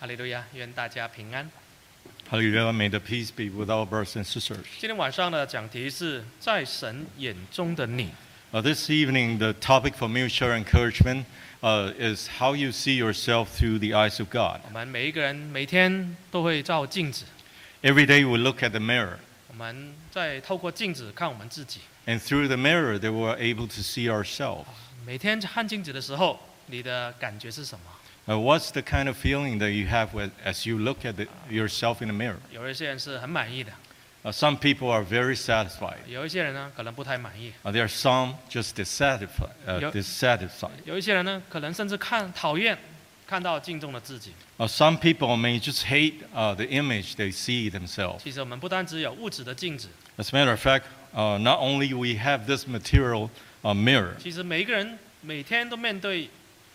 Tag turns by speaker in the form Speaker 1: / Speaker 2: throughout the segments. Speaker 1: 哈利路亚，愿大家平安。
Speaker 2: Hallelujah. May the peace be with our brothers and sisters.
Speaker 1: 今天晚上的讲题是在神眼中的你。
Speaker 2: Uh, this evening, the topic for mutual encouragement uh, is how you see yourself through the eyes of God.
Speaker 1: 我们每一个人每天都会照镜子，
Speaker 2: Every day we look at the mirror,
Speaker 1: 我们在透过镜子看我们自己。
Speaker 2: and through the mirror, they were able to see ourselves.
Speaker 1: 每天看镜子的时候，你的感觉是什么？
Speaker 2: Uh, what's the kind of feeling that you have with, as you look at the, yourself in the mirror?
Speaker 1: 有一些人是很满意的，
Speaker 2: Uh, some people are very satisfied.
Speaker 1: 有一些人呢可能不太满意，
Speaker 2: Uh, there are some just dissatisfied. Uh,
Speaker 1: Yep.
Speaker 2: dissatisfied.
Speaker 1: 有一些人呢可能甚至看讨厌看到镜中的自己。
Speaker 2: Uh, some people may just hate uh, the image they see themselves.
Speaker 1: 其实我们不单只有物质的镜子，
Speaker 2: As a matter of fact, uh, not only we have this material uh, mirror,
Speaker 1: 其实每一个人每天都面对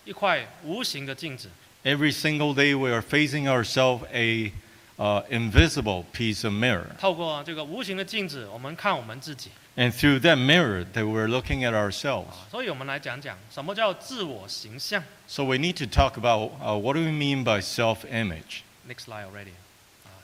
Speaker 1: 一块无形的镜子。
Speaker 2: every single day we are facing ourselves a uh, invisible piece of mirror,
Speaker 1: 透过这个无形的镜子，我们看我们自己。
Speaker 2: and through that mirror that we're looking at ourselves.
Speaker 1: 啊所以，我们来讲讲什么叫自我形象。
Speaker 2: So we need to talk about uh, what do we mean by self-image.
Speaker 1: Next slide already。啊，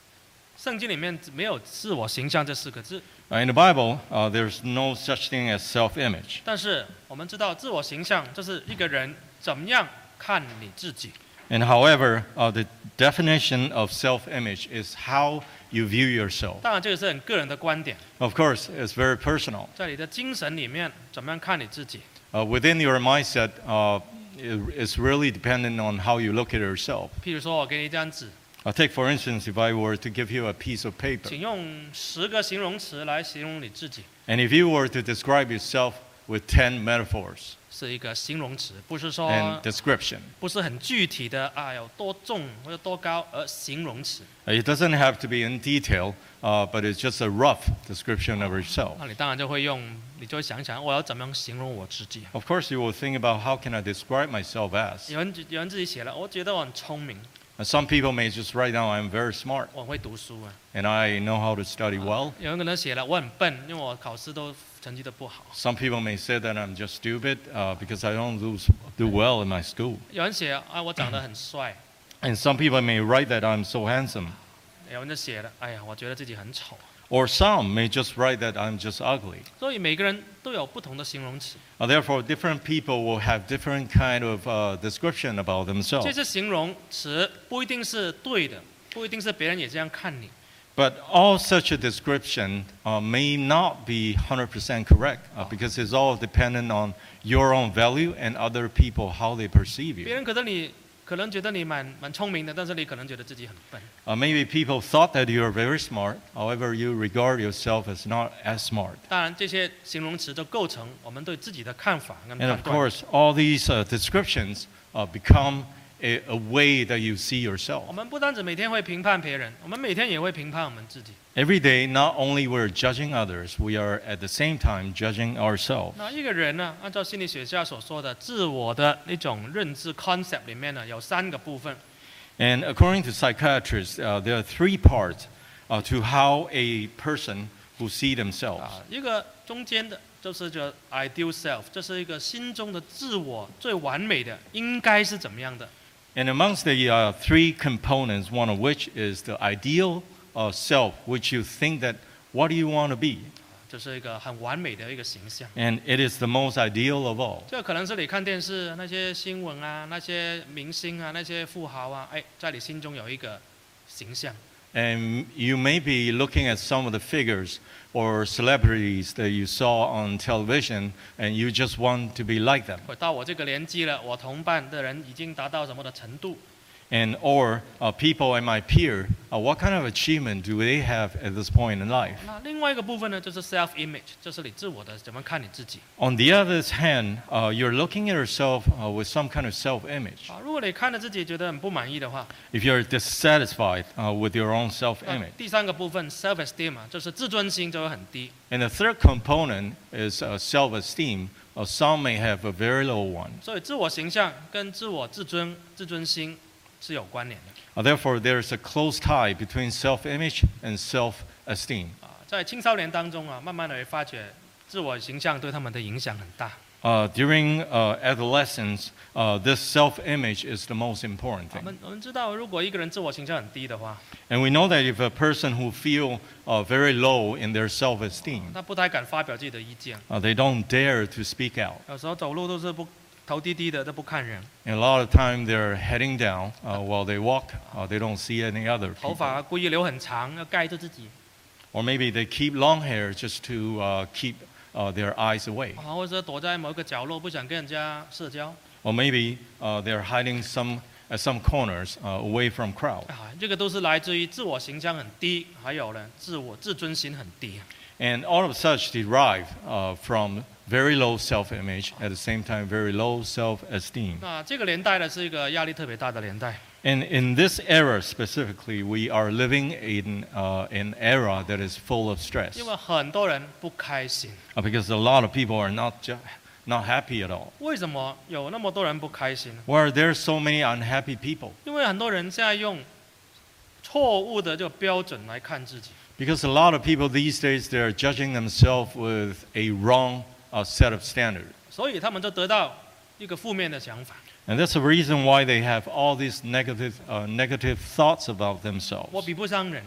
Speaker 1: 圣经里面没有“自我形象”这四个字，
Speaker 2: Uh, in the Bible, uh, there's no such thing as self-image,
Speaker 1: 但是我们知道，自我形象就是一个人怎么样看你自己。
Speaker 2: and however, uh, the definition of self-image is how you view yourself.
Speaker 1: 当然，这个是很个人的观点，
Speaker 2: Of course, it's very personal.
Speaker 1: 在你的精神里面怎么样看你自己。
Speaker 2: Uh, within your mindset, uh, it- it's really dependent on how you look at yourself.
Speaker 1: 譬如说，我给你一张纸，
Speaker 2: Uh, take, for instance, if I were to give you a piece of paper,
Speaker 1: 请用十个形容词来形容你自己，
Speaker 2: and if you were to describe yourself with 10 metaphors
Speaker 1: 是一个形容词，不是
Speaker 2: and
Speaker 1: 说
Speaker 2: description,
Speaker 1: 不是很具体的啊，有多重或者多高，而形容词。
Speaker 2: Uh, it doesn't have to be in detail, uh, but it's just a rough description of yourself.
Speaker 1: 那你当然就会用，你就会想想我要怎么样形容我自己。啊
Speaker 2: Of course, you will think about how can I describe myself as.
Speaker 1: 有人有人自己写了，我觉得我很聪明，
Speaker 2: Uh, some people may just write down, I'm very smart
Speaker 1: 我很会读书啊。
Speaker 2: and I know how to study well.
Speaker 1: 有人可能写了，我很笨，因为我考试都成绩都不好。
Speaker 2: Some people may say that I'm just stupid uh, because I don't do, do well in my school.
Speaker 1: 有人写啊，我长得很帅。
Speaker 2: And some people may write that I'm so handsome,
Speaker 1: 有人就写了，哎呀，我觉得自己很丑。
Speaker 2: or some may just write that I'm just ugly.
Speaker 1: 所以每个人都有不同的形容词，
Speaker 2: Uh, therefore, different people will have different kind of uh, description about
Speaker 1: 这
Speaker 2: themselves.
Speaker 1: 些形容词不一定是对的，不一定是别人也这样看你。
Speaker 2: But all such a description uh, may not be 100% correct uh, because it's all dependent on your own value and other people how they perceive
Speaker 1: 别
Speaker 2: you.
Speaker 1: 人可能你可能觉得你蛮蛮聪明的，但是你可能觉得自己很笨。
Speaker 2: Uh, maybe people thought that you are very smart, however, you regard yourself as not as smart.
Speaker 1: 当然，这些形容词都构成我们对自己的看法跟
Speaker 2: And
Speaker 1: 判
Speaker 2: of
Speaker 1: 断。
Speaker 2: course, all these uh, descriptions uh, become a, a way that you see
Speaker 1: 我
Speaker 2: yourself.
Speaker 1: 们不单只每天会评判别人，我们每天也会评判我们自己。
Speaker 2: Every day, not only we're judging others, we are at the same time judging ourselves.
Speaker 1: 那一个人呢，按照心理学家所说的自我的那种认知 concept 里面呢，有三个部分。
Speaker 2: And according to psychiatrists, uh, there are three parts uh, to how a person will see themselves.
Speaker 1: 啊，一个中间的，就是叫 ideal self，这是一个心中的自我最完美的应该是怎么样的。
Speaker 2: And amongst the uh, three components, one of which is the ideal uh, self, which you think that what do you want to be?
Speaker 1: 这是一个很完美的一个形象，
Speaker 2: And it is the most ideal of all.
Speaker 1: 这可能是你看电视那些新闻啊，那些明星啊，那些富豪啊，哎，在你心中有一个形象。
Speaker 2: And you may be looking at some of the figures or celebrities that you saw on television, and you just want to be like them.
Speaker 1: 我到我这个年纪了，我同伴的人已经达到什么的程度？
Speaker 2: And or uh, people at my peer, uh, what kind of achievement do they have at this point in life?
Speaker 1: 那另外一个部分呢，就是 self image，就是你自我的怎么看你自己
Speaker 2: On the other hand, uh, you're looking at yourself uh, with some kind of self-image.
Speaker 1: 啊。如果你看着自己觉得很不满意的话，
Speaker 2: If you're dissatisfied uh, with your own
Speaker 1: 那
Speaker 2: self-image,
Speaker 1: 第三个部分 self esteem 啊，就是自尊心就会很低。
Speaker 2: and the third component is uh, self-esteem. Uh, some may have a very low one.
Speaker 1: 所以自我形象跟自我自尊、自尊心是有关联的
Speaker 2: Uh, Therefore, there is a close tie between self image and self esteem.
Speaker 1: 啊。在青少年当中啊，慢慢的发觉自我形象对他们的影响很大。
Speaker 2: uh, during uh, adolescence, uh, this self image is the most important
Speaker 1: 我
Speaker 2: thing.
Speaker 1: 们我们知道，如果一个人自我形象很低的话，
Speaker 2: And we know that if a person who feel uh, very low in their self esteem,
Speaker 1: 他不太敢发表自己的意见，
Speaker 2: uh, they don't dare to speak out.
Speaker 1: 有时候走路都是不头低低的，都不看人，
Speaker 2: And a lot of time they're heading down uh, while they walk, uh, they don't see any other
Speaker 1: 头
Speaker 2: people.
Speaker 1: 发啊故意留很长，要盖住自己，
Speaker 2: Or maybe they keep long hair just to uh, keep uh, their eyes away.
Speaker 1: 啊，或者躲在某一个角落，不想跟人家社交
Speaker 2: Or maybe uh, they're hiding some, at some corners uh, away from crowd.
Speaker 1: 啊，这个都是来自于自我形象很低，还有呢，自我自尊心很低。
Speaker 2: And all of such derive uh, from very low self-image, at the same time very low self-esteem.
Speaker 1: 那这个年代呢，是一个压力特别大的年代。
Speaker 2: And in this era specifically, we are living in uh, an era that is full of stress
Speaker 1: 因为很多人不开心。
Speaker 2: uh, because a lot of people are not ju- not happy at all.
Speaker 1: 为什么有那么多人不开心呢？
Speaker 2: Why are there so many unhappy people?
Speaker 1: 因为很多人现在用错误的这个标准来看自己，
Speaker 2: Because a lot of people these days they are judging themselves with a wrong uh, set of standards.
Speaker 1: 所以他们就得到一个负面的想法：
Speaker 2: And that's the reason why they have all these negative, uh, negative thoughts about
Speaker 1: 我
Speaker 2: themselves.
Speaker 1: 比不上人，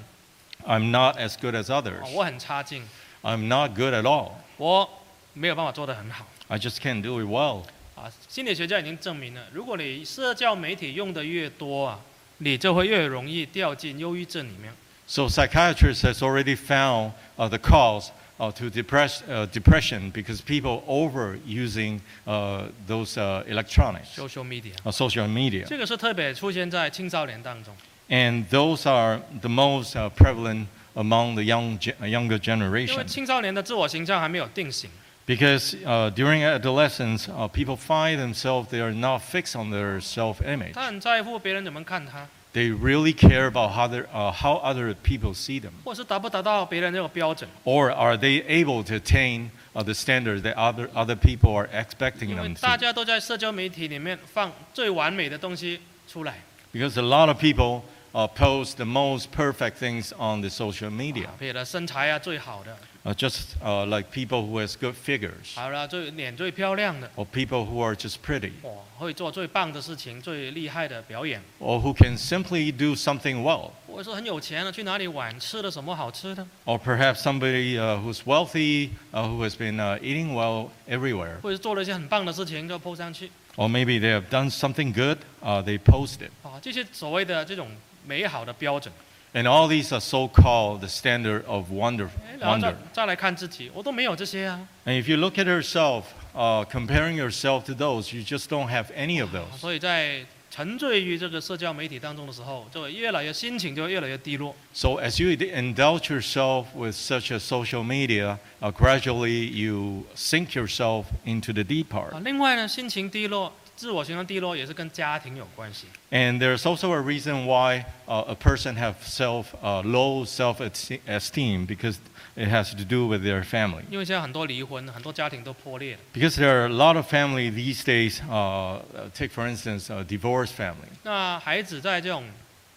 Speaker 2: I'm not as good as
Speaker 1: 啊
Speaker 2: others.
Speaker 1: 我很差劲，
Speaker 2: I'm not good at all.
Speaker 1: 我没有办法做得很好。
Speaker 2: I just can't do it well.
Speaker 1: 啊，心理学家已经证明了，如果你社交媒体用的越多啊，你就会越容易掉进忧郁症里面。
Speaker 2: So psychiatrists has already found uh, the cause uh, to depress, uh, depression because people overusing uh, those uh, electronics,
Speaker 1: social media，
Speaker 2: uh, social media.
Speaker 1: 这个是特别出现在青少年当中。
Speaker 2: And those are the most uh, prevalent among the young, ge- uh, younger
Speaker 1: 因为
Speaker 2: generation.
Speaker 1: 青少年的自我形象还没有定型，
Speaker 2: Because uh, during adolescence, uh, people find themselves they are not fixed on their self-image.
Speaker 1: 他很在乎别人怎么看他，
Speaker 2: They really care about how, their- uh, how other people see them,
Speaker 1: 或是达不达到别人这个标准，
Speaker 2: or are they able to attain uh, the standard that other, other people are expecting
Speaker 1: 因为
Speaker 2: them
Speaker 1: 大
Speaker 2: to.
Speaker 1: 家都在社交媒体里面放最完美的东西出来，
Speaker 2: Because a lot of people uh, post the most perfect things on the social media,
Speaker 1: 比如身材啊最好的，
Speaker 2: uh, just uh, like people who has good figures,
Speaker 1: 好了最脸最漂亮的，
Speaker 2: or people who are just pretty,
Speaker 1: 哇，会做最棒的事情，最厉害的表演，
Speaker 2: or who can simply do something well.
Speaker 1: 或者说很有钱啊了去哪里玩，吃了什么好吃的，
Speaker 2: Or perhaps somebody uh, who's wealthy, uh, who has been uh, eating well everywhere.
Speaker 1: 或者做了一些很棒的事情就 po 上去，
Speaker 2: Or maybe they have done something good, uh, they post it.
Speaker 1: 啊，这些所谓的这种美好的标准，
Speaker 2: And all these are so called the standard of wonder.
Speaker 1: 哎然后再
Speaker 2: wonder.
Speaker 1: 再来看自己，我都没有这些啊，
Speaker 2: And if you look at yourself, uh, comparing yourself to those, you just don't have any of
Speaker 1: 啊
Speaker 2: those.
Speaker 1: 所以在沉醉于这个社交媒体当中的时候，就会越来越心情就越来越低落。
Speaker 2: So as you d- indulge yourself with such a social media, uh, gradually you sink yourself into the deep
Speaker 1: 啊，
Speaker 2: part.
Speaker 1: 另外呢，心情低落、自我形象低落也是跟家庭有关系。
Speaker 2: And there's also a reason why uh, a person have self uh, low self-esteem because it has to do with their family.
Speaker 1: 因为现在很多离婚，很多家庭都破裂了。
Speaker 2: Because there are a lot of family these days. Uh, take for instance a divorced family.
Speaker 1: 那孩子在这种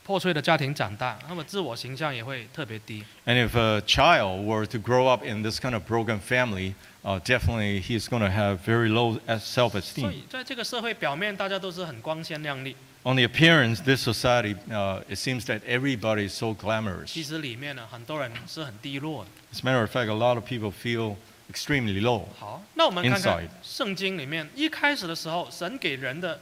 Speaker 1: 破碎的家庭长大，那么自我形象也会特别低。
Speaker 2: And if a child were to grow up in this kind of broken family, uh, definitely he's going to have very low self-esteem.
Speaker 1: 所以在这个社会表面，大家都是很光鲜亮丽，
Speaker 2: On the appearance, this society, uh, it seems that everybody is so
Speaker 1: 其
Speaker 2: glamorous.
Speaker 1: 实里面呢，很多人是很低落的。
Speaker 2: As a matter of fact, a lot of people feel extremely low.
Speaker 1: 好，那我们看看
Speaker 2: Inside
Speaker 1: 圣经里面一开始的时候，神给人的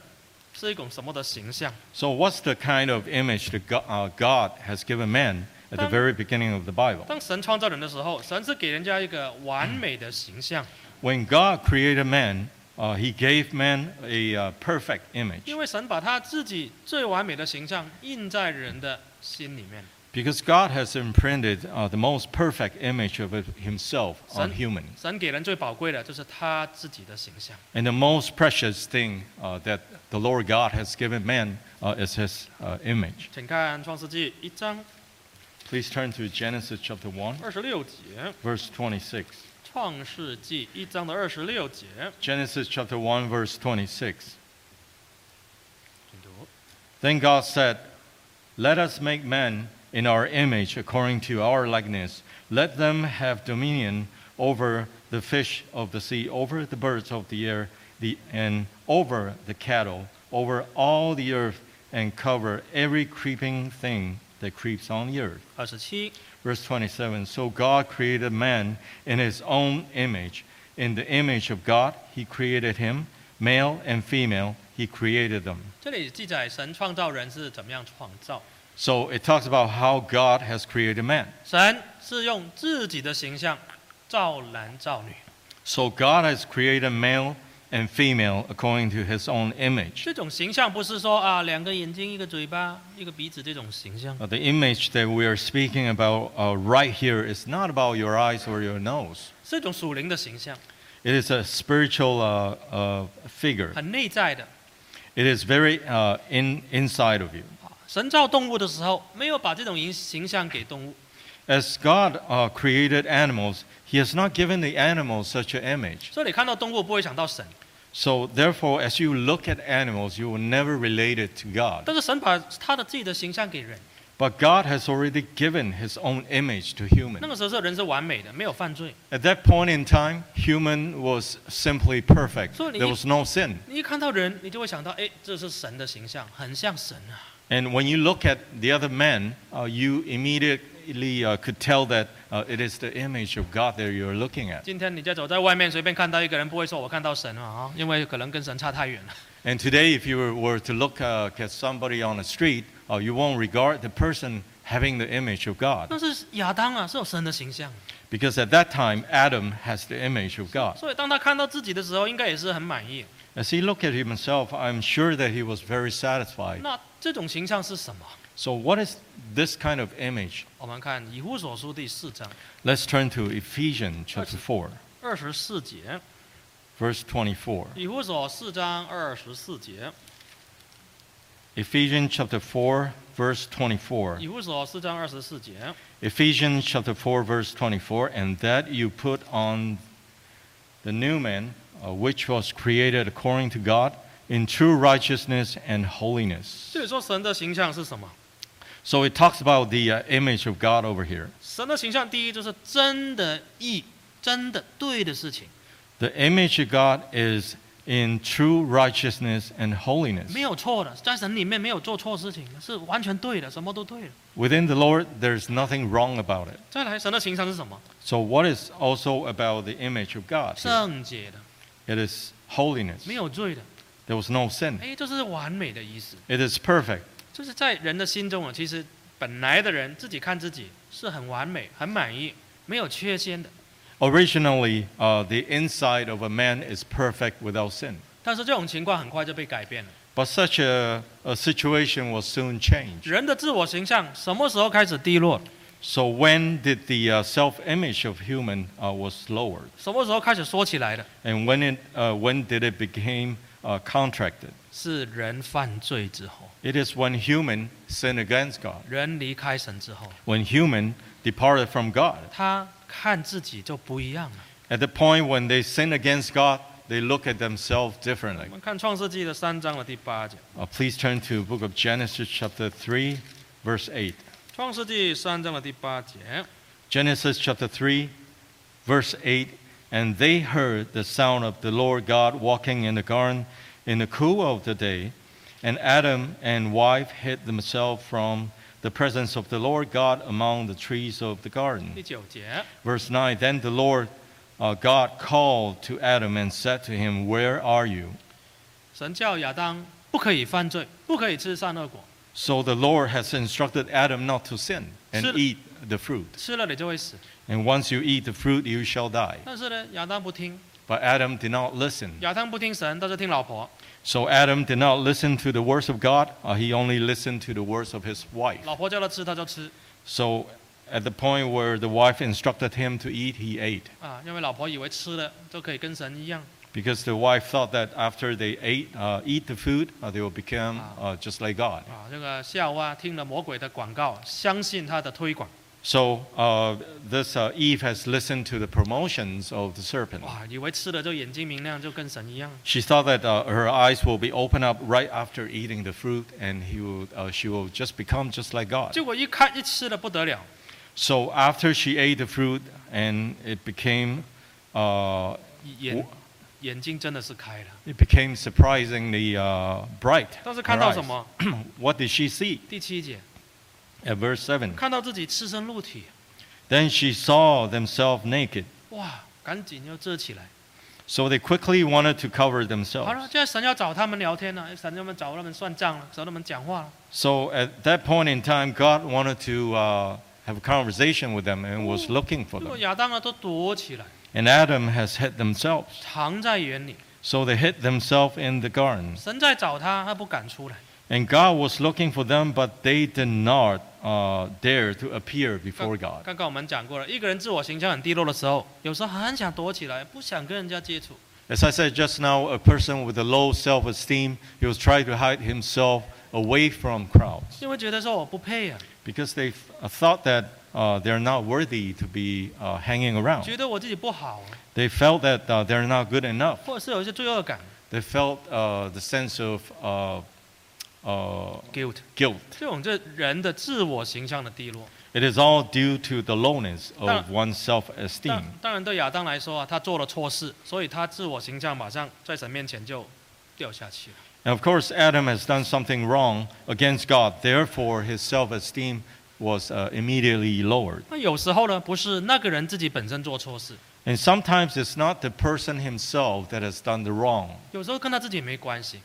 Speaker 1: 是一种什么的形象？
Speaker 2: So, what's the kind of image that God, uh, God has given man at the very beginning of the Bible?
Speaker 1: 当神创造人的时候，神是给人家一个完美的形象，
Speaker 2: When God created man, uh, he gave man a uh, perfect image
Speaker 1: 因为神把他自己最完美的形象印在人的心里面。
Speaker 2: because God has imprinted uh, the most perfect image of himself
Speaker 1: Son-
Speaker 2: on human.
Speaker 1: 神给人最宝贵的就是他自己的形象。
Speaker 2: And the most precious thing uh, that the Lord God has given man uh, is his uh, image.
Speaker 1: 请看《创世纪》一章
Speaker 2: Please turn to Genesis chapter 1,
Speaker 1: 二十六节，
Speaker 2: verse 26.
Speaker 1: 《创世纪》一章的二十六节，
Speaker 2: Genesis chapter 1, verse 26.
Speaker 1: 请读。
Speaker 2: Then God said, Let us make man in our image according to our likeness. Let them have dominion over the fish of the sea, over the birds of the air, the, and over the cattle, over all the earth, and cover every creeping thing that creeps on the earth.
Speaker 1: 二十七、
Speaker 2: Verse 27 So God created man in his own image. In the image of God, he created him. Male and female, he created them.
Speaker 1: 这里记载神创造人是怎么样创造。
Speaker 2: So it talks about how God has created man.
Speaker 1: 神是用自己的形象造男造女，
Speaker 2: So God has created male and female according to his own image.
Speaker 1: 这种形象不是说啊两个眼睛、一个嘴巴、一个鼻子这种形象，
Speaker 2: Uh, The image that we are speaking about uh, right here is not about your eyes or your nose.
Speaker 1: 是一种属灵的形象，
Speaker 2: It is a spiritual uh, uh, figure.
Speaker 1: 很内在的。
Speaker 2: It is very uh, in, inside of you.
Speaker 1: 神造动物的时候，没有把这种形形象给动物。
Speaker 2: As God uh, created animals, He has not given the animals such an image.
Speaker 1: 所以你看到动物不会想到神，
Speaker 2: So, therefore, as you look at animals, you will never relate it to God.
Speaker 1: 但是神把他的自己的形象给人，
Speaker 2: But God has already given His own image to
Speaker 1: 那
Speaker 2: human.
Speaker 1: 个时候这人是完美的，没有犯罪。
Speaker 2: At that point in time, human was simply perfect.
Speaker 1: So,
Speaker 2: There was no sin.
Speaker 1: 你一看到人，你就会想到，哎，这是神的形象，很像神啊。
Speaker 2: And when you look at the other men, uh, you immediately uh, could tell that uh, it is the image of God that you're looking at.
Speaker 1: 今天你在走在外面，随便看到一个人，不会说我看到神了啊，因为可能跟神差太远了。
Speaker 2: And today, if you were- were to look uh, at somebody on the street, uh, you won't regard the person having the image of God.
Speaker 1: 但是亚当啊，是有神的形象，
Speaker 2: Because at that time, Adam has the image of God.
Speaker 1: 所以当他看到自己的时候，应该也是很满意。
Speaker 2: As he looked at himself, I'm sure that he was very satisfied.
Speaker 1: 那这种形象是什么？
Speaker 2: So, what is this kind of image?
Speaker 1: 我们看以弗所书第四章
Speaker 2: Let's turn to Ephesians chapter 4,
Speaker 1: 二十四节，
Speaker 2: verse 24.
Speaker 1: 以弗所四章二十四节，
Speaker 2: Ephesians chapter 4, verse 24.
Speaker 1: 以弗所四章二十四节。
Speaker 2: Ephesians chapter 4, verse 24, and that you put on the new man, uh, which was created according to God in true righteousness and holiness.
Speaker 1: 这里说神的形象是什么？
Speaker 2: So it talks about the uh, image of God over here.
Speaker 1: 神的形象第一就是真的义，真的对的事情，
Speaker 2: The image of God is in true righteousness and holiness.
Speaker 1: 没有错的，在神里面没有做错事情，是完全对的，什么都对的。
Speaker 2: Within the Lord, there's nothing wrong about it.
Speaker 1: 再来，神的形象是什么？
Speaker 2: So, what is also about the image of God? here?
Speaker 1: 圣洁的，
Speaker 2: It is holiness.
Speaker 1: 没有罪的。
Speaker 2: There was no sin.
Speaker 1: 哎，这是完美的意思，
Speaker 2: It is perfect.
Speaker 1: 就是在人的心中啊，其实本来的人自己看自己是很完美、很满意，没有缺陷的。
Speaker 2: Originally, uh, the inside of a man is perfect without sin.
Speaker 1: 但是这种情况很快就被改变了。
Speaker 2: But such a, a situation will soon change.
Speaker 1: 人的自我形象什么时候开始低落？
Speaker 2: So when did the uh, self-image of human uh, was lowered?
Speaker 1: 什么时候开始缩起来的？
Speaker 2: And when, it, uh, when did it become uh, contracted?
Speaker 1: 是人犯罪之后，
Speaker 2: It is when human sinned against God,
Speaker 1: 人离开神之后，
Speaker 2: when human departed from God.
Speaker 1: 他看自己就不一样了。
Speaker 2: At the point when they sin against God, they look at themselves
Speaker 1: 我
Speaker 2: differently.
Speaker 1: 们看创世纪的三章的第八节，
Speaker 2: Uh, please turn to book of Genesis chapter 3, verse 8.
Speaker 1: 创世纪三章的第八节，
Speaker 2: Genesis chapter 3, verse 8 And they heard the sound of the Lord God walking in the garden in the cool of the day. And Adam and wife hid themselves from the presence of the Lord God among the trees of the
Speaker 1: 第
Speaker 2: garden.
Speaker 1: 九节，
Speaker 2: Verse 9 Then the Lord uh, God called to Adam and said to him, Where are you?
Speaker 1: 神叫亚当不可以犯罪，不可以吃善恶果，
Speaker 2: So the Lord has instructed Adam not to sin and
Speaker 1: Sir-
Speaker 2: eat the fruit.
Speaker 1: 吃了你就会死。
Speaker 2: And once you eat the fruit, you shall die.
Speaker 1: 但是呢，亚当不听，
Speaker 2: But Adam did not listen.
Speaker 1: 亚当不听神，但是听老婆，
Speaker 2: So Adam did not listen to the words of God, uh, he only listened to the words of his wife.
Speaker 1: 老婆叫他吃他就吃
Speaker 2: So at the point where the wife instructed him to eat, he ate.
Speaker 1: 啊，因为老婆以为吃了就可以跟神一样。
Speaker 2: Because the wife thought that after they ate, uh, eat the food, uh, they will become uh, just like God.
Speaker 1: 啊，这个夏娃听了魔鬼的广告，相信他的推广，
Speaker 2: So uh, this uh, Eve has listened to the promotions of the serpent.
Speaker 1: 哇，以为吃了就眼睛明亮，就跟神一样。
Speaker 2: She thought that uh, her eyes will be opened up right after eating the fruit, and he will, uh, she will just become just like God.
Speaker 1: 结果一看一吃了不得了，
Speaker 2: So after she ate the fruit and it became uh,
Speaker 1: 眼
Speaker 2: 我
Speaker 1: 眼睛真的是开了。
Speaker 2: it became surprisingly uh, bright.
Speaker 1: 但是
Speaker 2: her
Speaker 1: 看到
Speaker 2: eyes.
Speaker 1: 什么？
Speaker 2: What did she see?
Speaker 1: 第七节，
Speaker 2: At verse 7.
Speaker 1: 看到自己赤身露体，
Speaker 2: Then she saw themselves naked.
Speaker 1: 哇，赶紧要遮起来。
Speaker 2: So they quickly wanted to
Speaker 1: 好
Speaker 2: cover
Speaker 1: 了，
Speaker 2: themselves.
Speaker 1: 现在神要找他们聊天了，哎神要们找他们算账了，找他们讲话了。
Speaker 2: So at that point in time, God wanted to uh, have a conversation with them and was looking for
Speaker 1: 结果
Speaker 2: them.
Speaker 1: 亚当啊呢都躲起来，
Speaker 2: And Adam has hid themselves.
Speaker 1: 藏在园里。
Speaker 2: So they hid themselves in the garden.
Speaker 1: 神在找他，他不敢出来。
Speaker 2: And God was looking for them, but they did not uh, dare to appear before God.
Speaker 1: 刚刚我们讲过了，一个人自我形象很低落的时候，有时候很想躲起来，不想跟人家接触。
Speaker 2: As I said just now, a person with a low self esteem, he was trying to hide himself away from crowds
Speaker 1: 因为觉得说我不配啊，
Speaker 2: because they uh, thought that uh, they're not worthy to be uh, hanging around.
Speaker 1: 觉得我自己不好啊、
Speaker 2: They felt that uh, they're not good enough.
Speaker 1: 或者是有一些罪恶感
Speaker 2: They felt uh, the sense of uh, uh,
Speaker 1: （guilt）。
Speaker 2: guilt.
Speaker 1: 这种这人的自我形象的低落，
Speaker 2: It is all due to the lowness
Speaker 1: Now-
Speaker 2: of one's self esteem.
Speaker 1: 当当然对亚当来说啊，他做了错事，所以他自我形象马上在神面前就掉下去了。
Speaker 2: And of course, Adam has done something wrong against God. Therefore, his self esteem was uh, immediately lowered.
Speaker 1: 那有时候呢，不是那个人自己本身做错事，
Speaker 2: And sometimes it's not the person himself that has done the wrong.
Speaker 1: 有时候跟他自己没关系，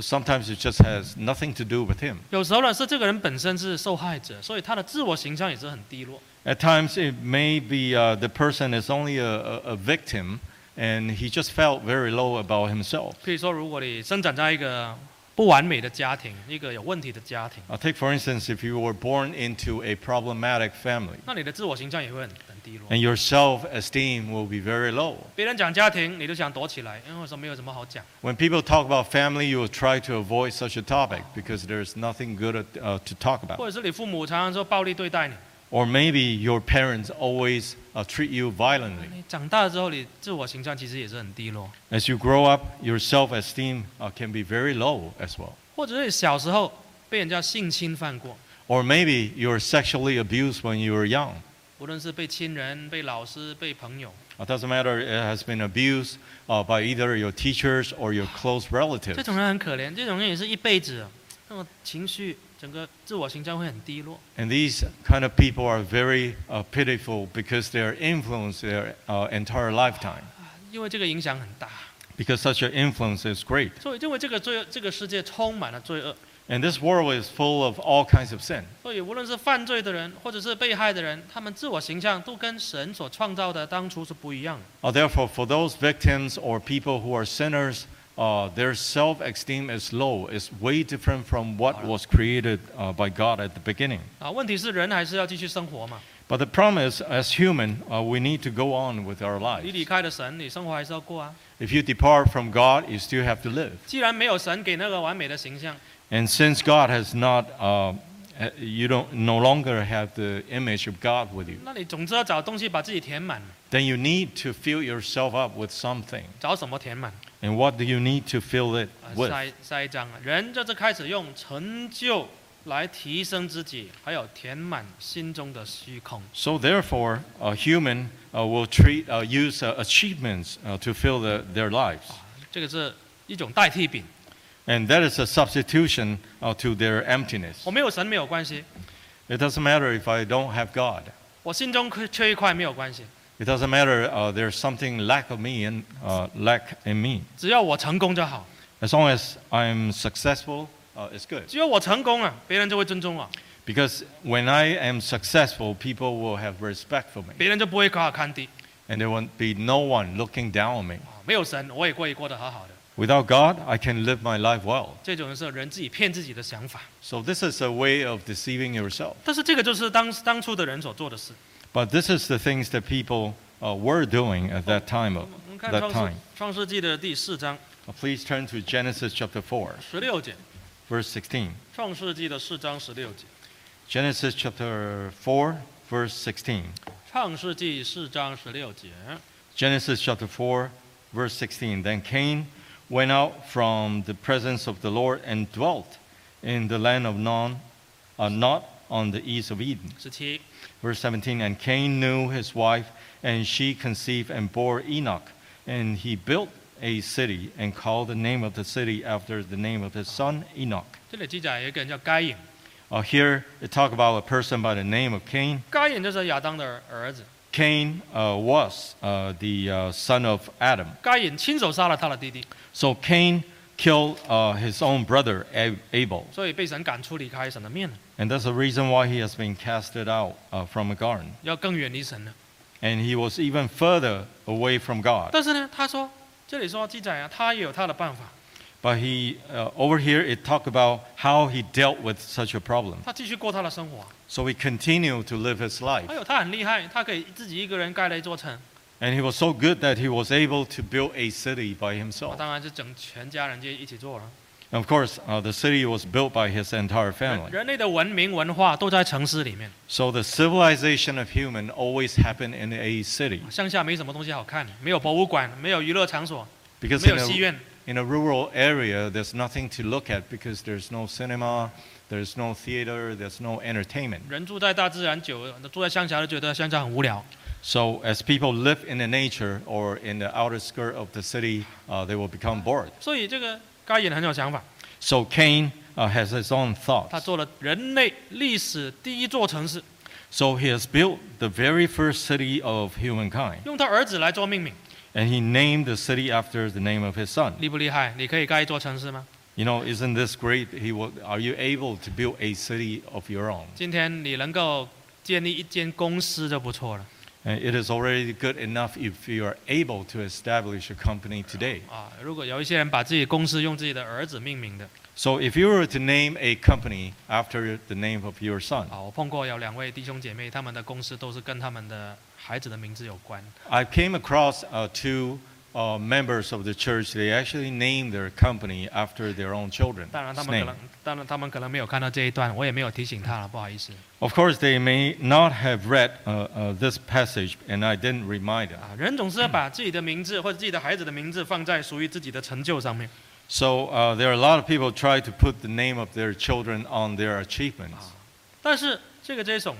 Speaker 2: Sometimes it just has nothing to do with him.
Speaker 1: 有时候呢是这个人本身是受害者，所以他的自我形象也是很低落。
Speaker 2: At times, it may be uh, the person is only a, a, a victim and he just felt very low about himself.
Speaker 1: 譬如说，如果你生长在一个不完美的家庭，一个有问题的家庭，
Speaker 2: I'll take, for instance, if you were born into a problematic family
Speaker 1: 那你的自我形象也会很很低落。
Speaker 2: and your self esteem will be very low.
Speaker 1: 别人讲家庭，你都想躲起来，因为说没有什么好讲。
Speaker 2: When people talk about family, you will try to avoid such a topic because there's nothing good uh, to talk
Speaker 1: 或
Speaker 2: about.
Speaker 1: 者是你父母常常说暴力对待你，
Speaker 2: Or maybe your parents always uh, treat you violently.
Speaker 1: 你长大了之后，你自我形象其实也是很低落。
Speaker 2: As you grow up, your self esteem uh, can be very low as well.
Speaker 1: 或者是你小时候被人家性侵犯过，
Speaker 2: Or maybe you were sexually abused when you were young.
Speaker 1: 无论是被亲人、被老师、被朋友，
Speaker 2: It doesn't matter, it has been abused uh, by either your teachers or your close
Speaker 1: 这
Speaker 2: relatives.
Speaker 1: 种人很可怜，这种人也是一辈子啊，那种情绪整个自我形象会很低落。
Speaker 2: And these kind of people are very uh, pitiful because they are influenced their uh, entire lifetime.
Speaker 1: 因为这个影响很大，
Speaker 2: Because such an influence is great.
Speaker 1: 所以因为这个罪恶，这个世界充满了罪恶，
Speaker 2: And this world is full of all kinds of sin.
Speaker 1: 所以无论是犯罪的人，或者是被害的人，他们自我形象都跟神所创造的当初是不一样的。
Speaker 2: Uh, therefore, for those victims or people who are sinners, uh, their self esteem is low, is way different from what was created uh, by God at the beginning.
Speaker 1: 啊，问题是人还是要继续生活嘛？
Speaker 2: But the problem is, as human, uh, we need to go on with our
Speaker 1: 你离
Speaker 2: lives.
Speaker 1: 开了神，你生活还是要过啊。
Speaker 2: If you depart from God, you still have to live.
Speaker 1: 既然没有神给那个完美的形象，
Speaker 2: And since God has not, uh, uh, you don't no longer have the image of God with you,
Speaker 1: 那你总之要找东西把自己填满。
Speaker 2: then you need to fill yourself up with something.
Speaker 1: 找什么填满？
Speaker 2: And what do you need to fill it
Speaker 1: 啊，
Speaker 2: with?
Speaker 1: 下一下一章啊，人这次开始用成就来提升自己，还有填满心中的虚空。
Speaker 2: So therefore, a human uh, will treat, uh, use uh, achievements uh, to fill the, their lives.
Speaker 1: 这个是一种代替品。
Speaker 2: And that is a substitution uh, to their emptiness.
Speaker 1: 我没有神没有关系，
Speaker 2: It doesn't matter if I don't have God.
Speaker 1: 我心中缺缺一块没有关系，
Speaker 2: It doesn't matter uh, there's something lack of me and uh, lack in me.
Speaker 1: 只要我成功就好。
Speaker 2: As long as I'm successful, uh, it's good.
Speaker 1: 只要我成功啊，别人就会尊重我，
Speaker 2: Because when I am successful, people will have respect for me.
Speaker 1: 别人就不会高我看低。
Speaker 2: And there won't be no one looking down on me.
Speaker 1: 啊没有神，我也过也过得好好的。
Speaker 2: Without God, I can live my life well.
Speaker 1: 这种是人自己骗自己的想法，
Speaker 2: So this is a way of deceiving yourself.
Speaker 1: 但是这个就是当当初的人所做的事。
Speaker 2: But this is the things that people uh, were doing at that time. Of,
Speaker 1: 我们看
Speaker 2: that
Speaker 1: 创世
Speaker 2: time.
Speaker 1: 创世纪的第四章
Speaker 2: Uh, Please turn to Genesis chapter 4,
Speaker 1: 十六节，
Speaker 2: verse 16.
Speaker 1: 创世纪的四章十六节，
Speaker 2: Genesis chapter 4, verse 16.
Speaker 1: 创世纪四章十六节。
Speaker 2: Genesis chapter 4, verse 16. Then Cain went out from the presence of the Lord and dwelt in the land of Non, uh, Not on the east of Eden.
Speaker 1: 十七
Speaker 2: Verse 17 And Cain knew his wife, and she conceived and bore Enoch. And he built a city and called the name of the city after the name of his son Enoch.
Speaker 1: 这里记载有一个人叫该隐，
Speaker 2: Uh, here it talk about a person by the name of Cain.
Speaker 1: 该隐就是亚当的儿子，
Speaker 2: Cain uh, was uh, the uh, son of Adam.
Speaker 1: 该隐亲手杀了他的弟弟，
Speaker 2: So Cain killed uh, his own brother A- Abel.
Speaker 1: 所以被神赶出离开神的面了，
Speaker 2: And that's the reason why he has been casted out uh, from the garden.
Speaker 1: 要更远离神了。
Speaker 2: And he was even further away from God.
Speaker 1: 但是呢，他说这里说记载啊，他也有他的办法，
Speaker 2: But he, uh, over here, it talked about how he dealt with such a problem.
Speaker 1: 他继续过他的生活，
Speaker 2: So he continued to live his life.
Speaker 1: 还有哎他很厉害，他可以自己一个人盖了一座城，
Speaker 2: And he was so good that he was able to build a city by
Speaker 1: 啊
Speaker 2: himself.
Speaker 1: 当然是整全家人就一起做了。
Speaker 2: And of course, uh, the city was built by his entire
Speaker 1: 人
Speaker 2: family.
Speaker 1: 人类的文明文化都在城市里面，
Speaker 2: So the civilization of human always happened in a city.
Speaker 1: 乡下没什么东西好看，没有博物馆，没有娱乐场所，
Speaker 2: Because
Speaker 1: 没
Speaker 2: in
Speaker 1: 有戏
Speaker 2: a,
Speaker 1: 院，
Speaker 2: in a rural area, there's nothing to look at because there's no cinema, there's no theater, there's no entertainment.
Speaker 1: 人住在大自然久了，住在乡下就觉得乡下很无聊。
Speaker 2: So as people live in the nature or in the outer skirt of the city, uh, they will become bored.
Speaker 1: 所以这个该隐很有想法，
Speaker 2: So Cain uh, has his own
Speaker 1: 他
Speaker 2: thoughts.
Speaker 1: 做了人类历史第一座城市，
Speaker 2: So he has built the very first city of humankind,
Speaker 1: 用他儿子来做命名，
Speaker 2: and he named the city after the name of his son.
Speaker 1: 厉不厉害？你可以盖一座城市吗？
Speaker 2: You know, isn't this great? He will, are you able to build a city of your own?
Speaker 1: 今天你能够建立一间公司就不错了
Speaker 2: And it is already good enough if you are able to establish a company today.
Speaker 1: 啊！如果有一些人把自己公司用自己的儿子命名的
Speaker 2: So if you were to name a company after the name of your son,
Speaker 1: 啊，我碰过有两位弟兄姐妹，他们的公司都是跟他们的孩子的名字有关。
Speaker 2: I came across uh, two uh, members of the church. They actually named their company after their own children.
Speaker 1: 当然他
Speaker 2: It's
Speaker 1: 们可
Speaker 2: name.
Speaker 1: 能，当然他们可能没有看到这一段，我也没有提醒他了，不好意思
Speaker 2: Of course, they may not have read uh, uh, this passage, and I didn't remind them.
Speaker 1: 啊。人总是要把自己的名字或者自己的孩子的名字放在属于自己的成就上面
Speaker 2: So uh, there are a lot of people try to put the name of their children on their achievements.
Speaker 1: 啊。但是这个这种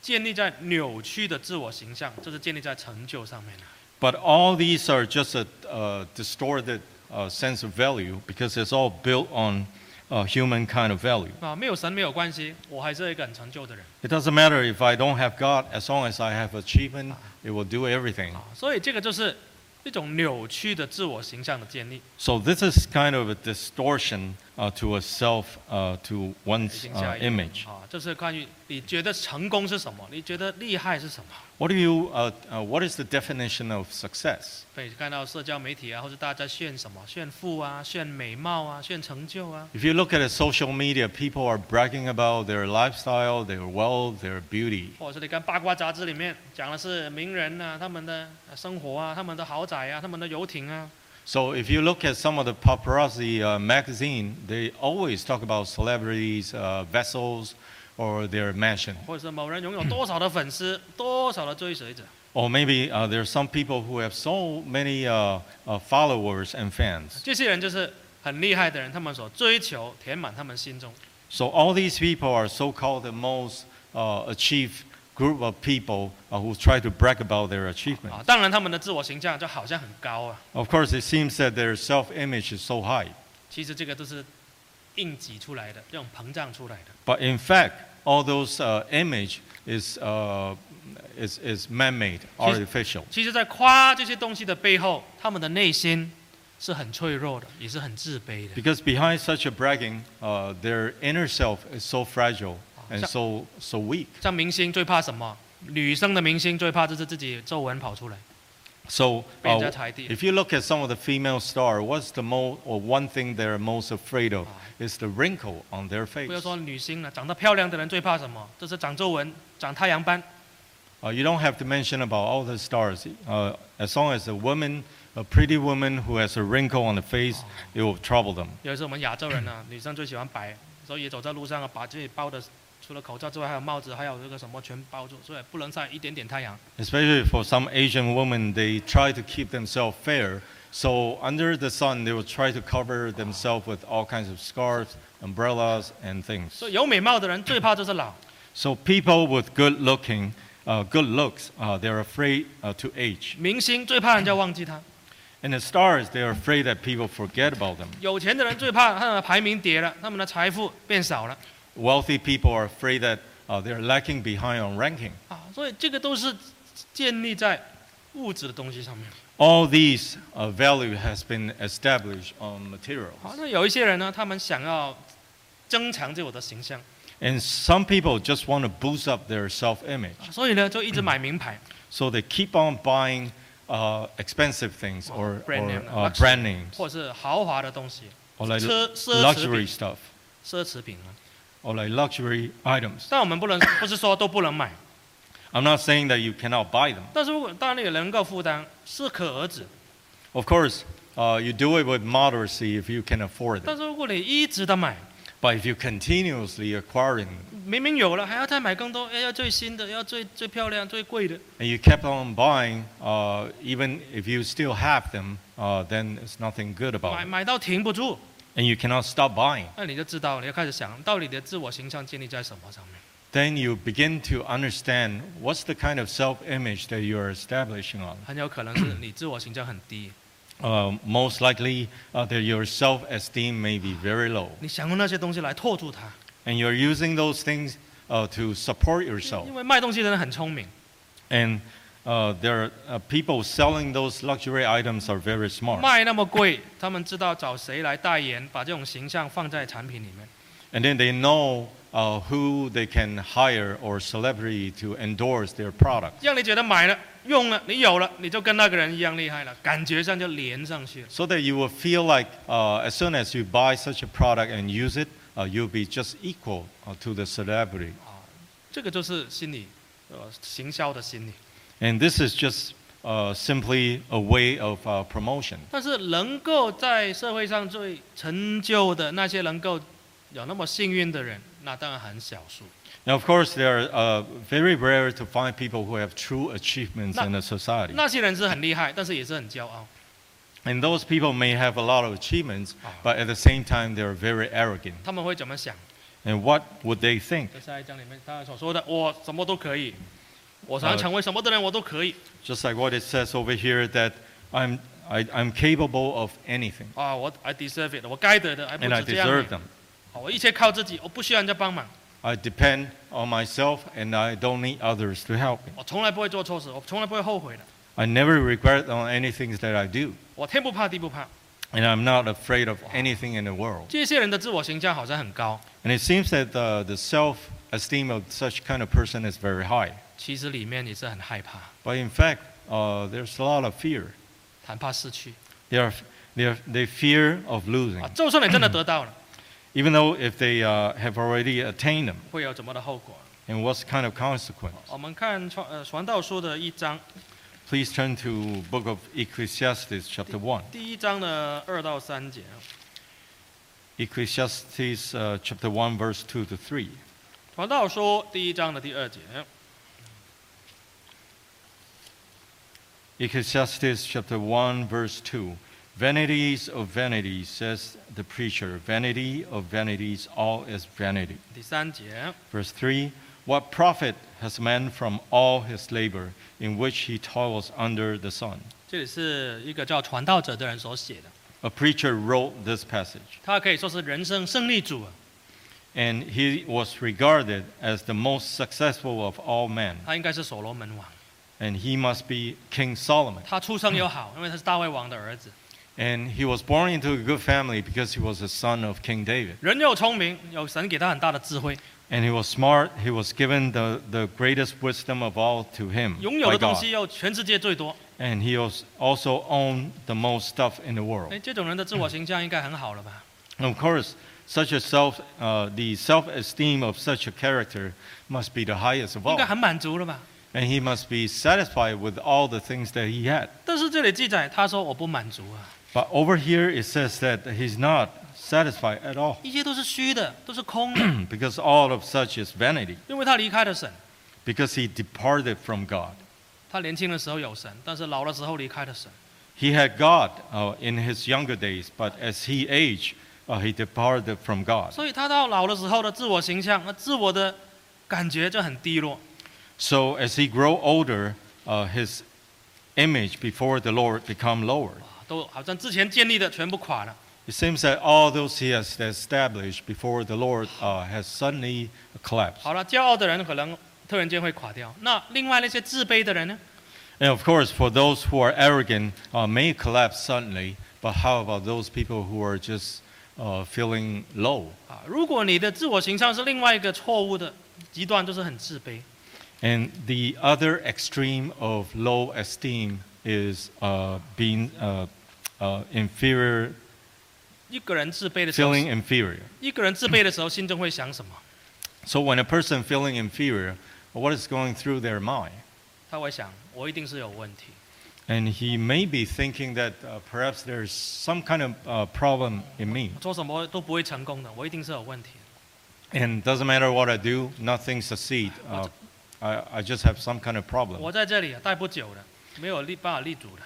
Speaker 1: 建立在扭曲的自我形象，这是建立在成就上面的。
Speaker 2: But all these are just a uh, distorted uh, sense of value because it's all built on uh, human kind of value.
Speaker 1: 啊，没有神没有关系，我还是一个很成就的人
Speaker 2: It doesn't matter if I don't have God, as long as I have achievement, it will do everything.
Speaker 1: 啊，所以这个就是一种扭曲的自我形象的建立，
Speaker 2: So this is kind of a distortion uh, to a self, uh, to
Speaker 1: 已
Speaker 2: one's
Speaker 1: 经下
Speaker 2: uh,
Speaker 1: 一个
Speaker 2: image.
Speaker 1: 啊，这是关于你觉得成功是什么，你觉得厉害是什么？
Speaker 2: What do you? Uh, uh, what is the definition of success?
Speaker 1: 可以看到社交媒体啊，或者大家炫什么，炫富啊，炫美貌啊，炫成就啊，
Speaker 2: If you look at the social media, people are bragging about their lifestyle, their wealth, their beauty.
Speaker 1: 或者是你看八卦杂志里面讲的是名人啊，他们的呃生活啊，他们的豪宅啊，他们的游艇啊，
Speaker 2: So if you look at some of the paparazzi uh, magazine, they always talk about celebrities, uh, vessels, or their mansion.
Speaker 1: 或者是某人拥有多少的粉丝，多少的追随者，
Speaker 2: Or maybe uh, there are some people who have so many uh, uh, followers and fans.
Speaker 1: 这些人就是很厉害的人，他们所追求填满他们心中。
Speaker 2: So all these people are so-called the most uh, achieved group of people uh, who try to brag about their achievement.
Speaker 1: 啊，当然他们的自我形象就好像很高啊，
Speaker 2: Of course, it seems that their self-image is so high,
Speaker 1: 其实这个都是硬挤出来的，这种膨胀出来的。
Speaker 2: but in fact, all those uh, image is, uh, is is man-made, artificial.
Speaker 1: 其实，在夸这些东西的背后，他们的内心是很脆弱的，也是很自卑的。
Speaker 2: Because behind such a bragging, uh, their inner self is so fragile and
Speaker 1: So-
Speaker 2: so so weak.
Speaker 1: 像明星最怕什么？女生的明星最怕就是自己皱纹跑出来，
Speaker 2: So,
Speaker 1: 被人
Speaker 2: uh,
Speaker 1: 家踩地。
Speaker 2: if you look at some of the female star, what's the mo or one thing they're most afraid of is the wrinkle on their
Speaker 1: 不
Speaker 2: face.
Speaker 1: 要说女星了，啊长得漂亮的人最怕什么？就是长皱纹、长太阳斑。
Speaker 2: Uh, you don't have to mention about all the stars. Uh, as long as a woman, a pretty woman who has a wrinkle on the face, it will trouble them.
Speaker 1: 有时候我们亚洲人啊呢，女生最喜欢白，所以走在路上啊，把自己包的除了口罩之外，还有帽子，还有那个什么全包住，所以不能晒一点点太阳。
Speaker 2: Especially for some Asian women, they try to keep themselves fair So under the sun, they will try to cover themselves with all kinds of scarves, umbrellas, and things.
Speaker 1: 所以有美貌的人最怕就是老。
Speaker 2: So people with good looking, uh, good looks, uh, they're afraid uh, to age.
Speaker 1: 明星最怕人家忘记他，
Speaker 2: And the stars, they're afraid that people forget about them.
Speaker 1: 有钱的人最怕他们的排名跌了，他们的财富变少了
Speaker 2: Wealthy people are afraid that uh, they're lacking behind on ranking.
Speaker 1: 啊，所以这个都是建立在物质的东西上面。
Speaker 2: All these uh, value has been established on materials.
Speaker 1: 好，那有一些人呢，他们想要增强自我的形象，
Speaker 2: And some people just want to boost up their self-image.
Speaker 1: 啊所以呢就一直买名牌，
Speaker 2: So they keep on buying uh, expensive things or,
Speaker 1: brand
Speaker 2: or,
Speaker 1: name, 啊
Speaker 2: uh,
Speaker 1: luxury.
Speaker 2: brand names
Speaker 1: 或是豪华的东西、
Speaker 2: or like
Speaker 1: 奢奢侈
Speaker 2: luxury
Speaker 1: 品、
Speaker 2: stuff
Speaker 1: 奢侈品啊。
Speaker 2: or like luxury items.
Speaker 1: 但我们不能不是说都不能买，
Speaker 2: I'm not saying that you cannot buy them.
Speaker 1: 但是如果当然也能够负担，适可而止。
Speaker 2: Of course, uh, you do it with moderacy if you can afford
Speaker 1: 但
Speaker 2: them.
Speaker 1: 是如果你一直的买，
Speaker 2: But if you continuously acquiring them
Speaker 1: 明明有了还要再买更多，哎要最新的，要最最漂亮、最贵的，
Speaker 2: and you kept on buying, uh, even if you still have them, uh, then there's nothing good
Speaker 1: 买
Speaker 2: about it.
Speaker 1: 买到停不住，
Speaker 2: And you cannot stop buying.
Speaker 1: 那你就知道，你就开始想到底你的自我形象建立在什么上面。
Speaker 2: Then you begin to understand what's the kind of self-image that you're establishing on.
Speaker 1: 很有可能是你自我形象很低，
Speaker 2: Uh, most likely uh, that your self-esteem may be very low,
Speaker 1: 你想用那些东西来拖住它，
Speaker 2: and you're using those things uh, to support
Speaker 1: 因
Speaker 2: yourself.
Speaker 1: 因为卖东西的人很聪明，
Speaker 2: And uh, there are uh, people selling those luxury items are very smart,
Speaker 1: 卖那么贵，他们知道找谁来代言，把这种形象放在产品里面。
Speaker 2: and then they know uh, who they can hire or celebrity to endorse their product.
Speaker 1: 让你觉得买了、用了、你有了，你就跟那个人一样厉害了，感觉上就连上去了。
Speaker 2: So that you will feel like uh, as soon as you buy such a product and use it, uh, you'll be just equal uh, to the celebrity.
Speaker 1: 这个就是心理，呃，行销的心理。
Speaker 2: And this is just uh, simply a way of uh, promotion.
Speaker 1: 但是能够在社会上最成就的那些能够有那么幸运的人，那当然很少数。
Speaker 2: Now, of course, they are uh, very rare to find people who have true achievements
Speaker 1: No.
Speaker 2: in a society.
Speaker 1: 那些人是很厉害，但是也是很骄傲。
Speaker 2: And those people may have a lot of achievements,
Speaker 1: Ah.
Speaker 2: but at the same time, they're very arrogant.
Speaker 1: 他们会怎么想？
Speaker 2: And what would they think?
Speaker 1: 在下一章里面大家所说的，我什么都可以，我想要成为什么的人，我都可以
Speaker 2: Just like what it says over here that I'm, I, I'm capable of anything,
Speaker 1: 啊！我 I deserve it，我该得的，还哎不
Speaker 2: and I
Speaker 1: 止这样而已
Speaker 2: deserve。them.
Speaker 1: 啊我一切靠自己，我不需要人家帮忙，
Speaker 2: I depend on myself, and I don't need others to help me.
Speaker 1: 我从来不会做错事，我从来不会后悔的，
Speaker 2: I never regret on anything that I do,
Speaker 1: 我天不怕地不怕。
Speaker 2: and I'm not afraid of anything in the world.
Speaker 1: 这些人的自我形象好像很高，
Speaker 2: And it seems that uh, the self esteem of such kind of person is very high.
Speaker 1: 其实里面也是很害怕，
Speaker 2: But in fact, uh, there's a lot of fear.
Speaker 1: 很怕失去
Speaker 2: They, are, they, are, they fear of losing,
Speaker 1: 啊。就算你真的得到了，
Speaker 2: even though if they uh, have already attained them,
Speaker 1: 会有怎么的后果？
Speaker 2: and what's kind of consequence.
Speaker 1: 我们看传呃传道书的一章，
Speaker 2: Please turn to Book of Ecclesiastes, chapter one.
Speaker 1: 第一章的二到三节啊。
Speaker 2: Ecclesiastes uh, chapter one, verse two to three.
Speaker 1: 传道书第一章的第二节，
Speaker 2: Ecclesiastes chapter 1, verse 2. Vanities of vanities, says the preacher. Vanity of vanities, all is vanity.
Speaker 1: 第三节，
Speaker 2: Verse 3 What profit has man from all his labor in which he toils under the sun?
Speaker 1: 这里是一个叫传道者的人所写的，
Speaker 2: A preacher wrote this passage,
Speaker 1: 他可以说是人生胜利组啊，
Speaker 2: and he was regarded as the most successful of all men,
Speaker 1: 他应该是所罗门王。
Speaker 2: and he must be King Solomon.
Speaker 1: 他出生又好，因为他是大卫王的儿子，
Speaker 2: And he was born into a good family because he was the son of King David.
Speaker 1: 人又聪明，有神给他很大的智慧，
Speaker 2: And he was smart, he was given the, the greatest wisdom of all to him.
Speaker 1: 拥有
Speaker 2: by
Speaker 1: 的东
Speaker 2: God.
Speaker 1: 西又全世界最多。
Speaker 2: And he was also owned the most stuff in the world.
Speaker 1: 哎，这种人的自我形象应该很好了吧？
Speaker 2: And of course, such a self, uh, the self esteem of such a character must be the highest of
Speaker 1: 应
Speaker 2: all.
Speaker 1: 该很满足了吧？
Speaker 2: And he must be satisfied with all the things that he had.
Speaker 1: 但是这里记载他说我不满足啊，
Speaker 2: But over here it says that he's not satisfied at all
Speaker 1: 一切都是虚的，都是空的，
Speaker 2: because all of such is vanity,
Speaker 1: 因为他离开了神。
Speaker 2: because he departed from God.
Speaker 1: 他年轻的时候有神，但是老的时候离开了神。
Speaker 2: He had God uh, in his younger days, but as he aged, uh, he departed from God.
Speaker 1: 所以他到老的时候的自我形象，那自我的感觉就很低落。
Speaker 2: So as he grew older, uh, his image before the Lord become lower.
Speaker 1: 都好像之前建立的全部垮了。
Speaker 2: It seems that all those he has established before the Lord uh, has suddenly collapsed.
Speaker 1: 好了，骄傲的人可能突然间会垮掉。那另外那些自卑的人呢？
Speaker 2: And of course, for those who are arrogant, uh, may collapse suddenly. But how about those people who are just uh, feeling low?
Speaker 1: 啊，如果你的自我形象是另外一个错误的极端，就是很自卑。
Speaker 2: And the other extreme of low esteem is uh, being uh, uh, inferior,
Speaker 1: 一个人自卑的时候，
Speaker 2: feeling inferior.
Speaker 1: 一个人自卑的时候，心中会想什么？
Speaker 2: So when a person feeling inferior, what is going through their mind?
Speaker 1: 他会想，我一定是有问题，
Speaker 2: And he may be thinking that uh, perhaps there's some kind of uh, problem in me.
Speaker 1: 我做什么都不会成功的，我一定是有问题。
Speaker 2: And doesn't matter what I do, nothing succeed. Uh, I, I just have some kind of
Speaker 1: 我
Speaker 2: problem.
Speaker 1: 在这里啊待不久了，没有立办法立足了。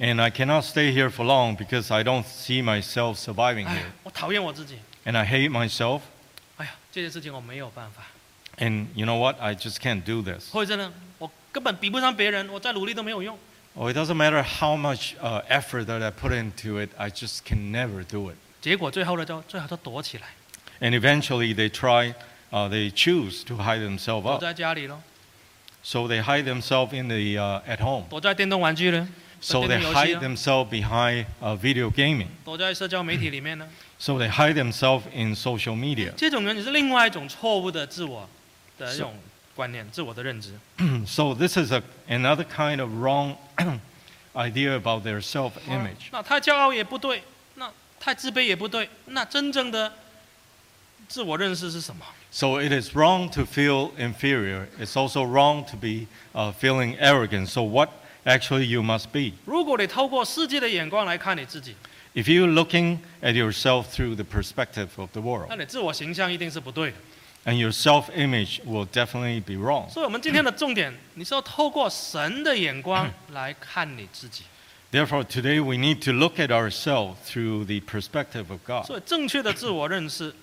Speaker 2: And I cannot stay here for long because I don't see myself surviving
Speaker 1: 哎
Speaker 2: here.
Speaker 1: 我讨厌我自己。
Speaker 2: And I hate myself.
Speaker 1: 哎呀，这件事情我没有办法，
Speaker 2: And you know what? I just can't do this.
Speaker 1: 或者呢，我根本比不上别人，我再努力都没有用。
Speaker 2: Oh, it doesn't matter how much uh, effort that I put into it, I just can never do it.
Speaker 1: 结果最后呢，就最好都躲起来，
Speaker 2: And eventually they try, uh, they choose to hide themselves
Speaker 1: 躲
Speaker 2: up.
Speaker 1: 在家里咯，
Speaker 2: So they hide themselves in the, uh, at home.
Speaker 1: 躲在电动玩具呢，
Speaker 2: So
Speaker 1: But
Speaker 2: they
Speaker 1: then you
Speaker 2: hide
Speaker 1: also-
Speaker 2: themselves behind uh, video gaming.
Speaker 1: 躲在社交媒体里面呢。
Speaker 2: So they hide themselves in social media.
Speaker 1: 这种人也是另外一种错误的自我的一
Speaker 2: 是
Speaker 1: 种观念、自我的认知。
Speaker 2: So this is a, another kind of wrong idea about their self-image.
Speaker 1: 那太骄傲也不对，那太自卑也不对。那真正的自我认识是什么？
Speaker 2: So it is wrong to feel inferior. It's also wrong to be uh, feeling arrogant. So what actually you must be?
Speaker 1: 如果你透过世界的眼光来看你自己，
Speaker 2: If you're looking at yourself through the perspective of the
Speaker 1: 那
Speaker 2: world,
Speaker 1: 你自我形象一定是不对的。
Speaker 2: and your self-image will definitely be wrong.
Speaker 1: 所以，我们今天的重点，你是要透过神的眼光来看你自己。
Speaker 2: Therefore, today we need to look at ourselves through the perspective of God.
Speaker 1: 所以，正确的自我认识、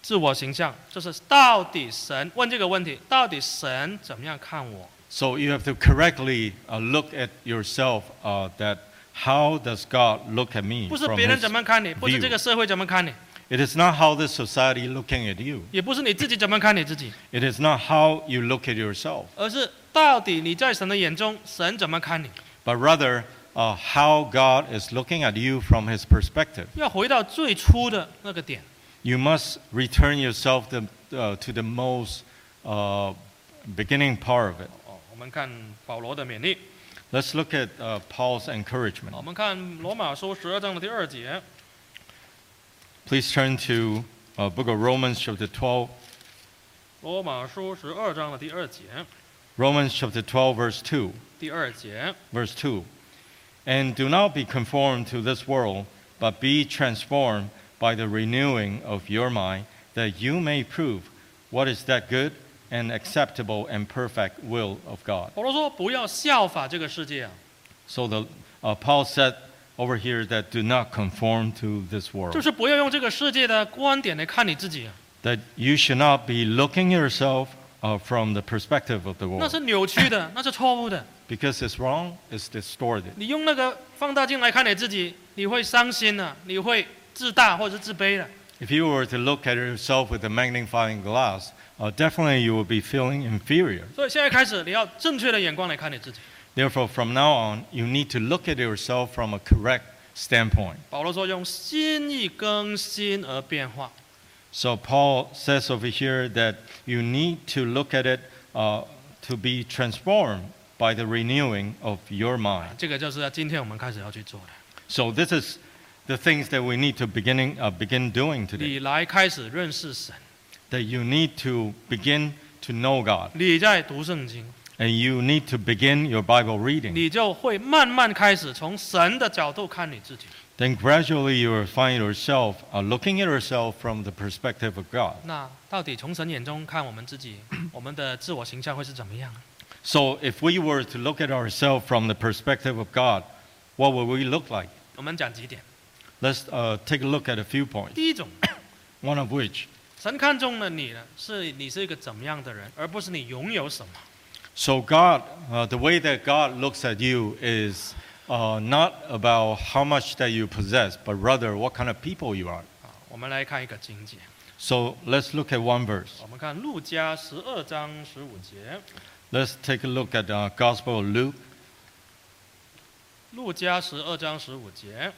Speaker 1: 自我形象，就是到底神问这个问题，到底神怎么样看我？
Speaker 2: So you have to correctly uh, look at yourself uh, that how does God look at me?
Speaker 1: 不是
Speaker 2: from
Speaker 1: 别人
Speaker 2: his-
Speaker 1: 怎么看你，不是
Speaker 2: view
Speaker 1: 这个社会怎么看你，
Speaker 2: It is not how the society looking at you.
Speaker 1: 也不是你自己怎么看你自己，
Speaker 2: It is not how you look at yourself,
Speaker 1: 而是到底你在神的眼中，神怎么看你？
Speaker 2: but rather uh, how God is looking at you from his perspective.
Speaker 1: 要回到最初的那个点，
Speaker 2: You must return yourself the, uh, to the most uh, beginning part of it.
Speaker 1: 哦，我们看保罗的勉励，
Speaker 2: Let's look at uh, Paul's
Speaker 1: 我
Speaker 2: encouragement.
Speaker 1: 们看罗马书十二章的第二节，
Speaker 2: Please turn to uh, book of Romans chapter 12,
Speaker 1: 罗马书十二章的第二节，
Speaker 2: Romans chapter 12 verse 2.
Speaker 1: 第二节，
Speaker 2: verse 2 and do not be conformed to this world but be transformed by the renewing of your mind that you may prove what is that good and acceptable and perfect will of god
Speaker 1: 保罗说不要效法这个世界啊，
Speaker 2: so the, uh, paul said over here that do not conform to this
Speaker 1: 就
Speaker 2: world
Speaker 1: 是不要用这个世界的观点来看你自己啊，
Speaker 2: that you should not be looking yourself uh, from the perspective of the
Speaker 1: 那是
Speaker 2: world
Speaker 1: 扭曲的，那是错误的。
Speaker 2: because it's wrong it's distorted
Speaker 1: 你用那个放大镜来看你自己，你会伤心啊，你会自大或者自卑的、
Speaker 2: If you were to look at yourself with a magnifying glass, uh, definitely you will be feeling inferior.
Speaker 1: 所以现在开始，你要正确的眼光来看你自己。
Speaker 2: Therefore, from now on, you need to look at yourself from a correct standpoint.
Speaker 1: 保罗说，用心意更新而变化。
Speaker 2: So, Paul says over here that you need to look at it uh, to be transformed by the renewing of your mind.
Speaker 1: 这个就是今天我们开始要去做的。
Speaker 2: So, this is the things that we need to beginning, uh, begin doing today.
Speaker 1: 你来开始认识神，
Speaker 2: That you need to begin to know God,
Speaker 1: 你在读圣经，
Speaker 2: and you need to begin your Bible reading.
Speaker 1: 你就会慢慢开始从神的角度看你自己。
Speaker 2: then gradually you will find yourself uh, looking at yourself from the perspective of God.
Speaker 1: 那到底从神眼中看我们自己，我们的自我形象会是怎么样？
Speaker 2: So if we were to look at ourselves from the perspective of God, What will we look like?
Speaker 1: 我们讲几点？
Speaker 2: Let's uh, take a look at a few points.
Speaker 1: 第一种，
Speaker 2: One of which,
Speaker 1: 神看中了你呢，是你是一个怎么样的人，而不是你拥有什么。
Speaker 2: so God, uh, the way that God looks at you is uh, not about how much that you possess, but rather what kind of people you are.
Speaker 1: 啊，我们来看一个经节，
Speaker 2: So let's look at one verse.
Speaker 1: 我们看路加十二章十五节，
Speaker 2: Let's take a look at the Gospel of Luke.
Speaker 1: 路加十二章十五节，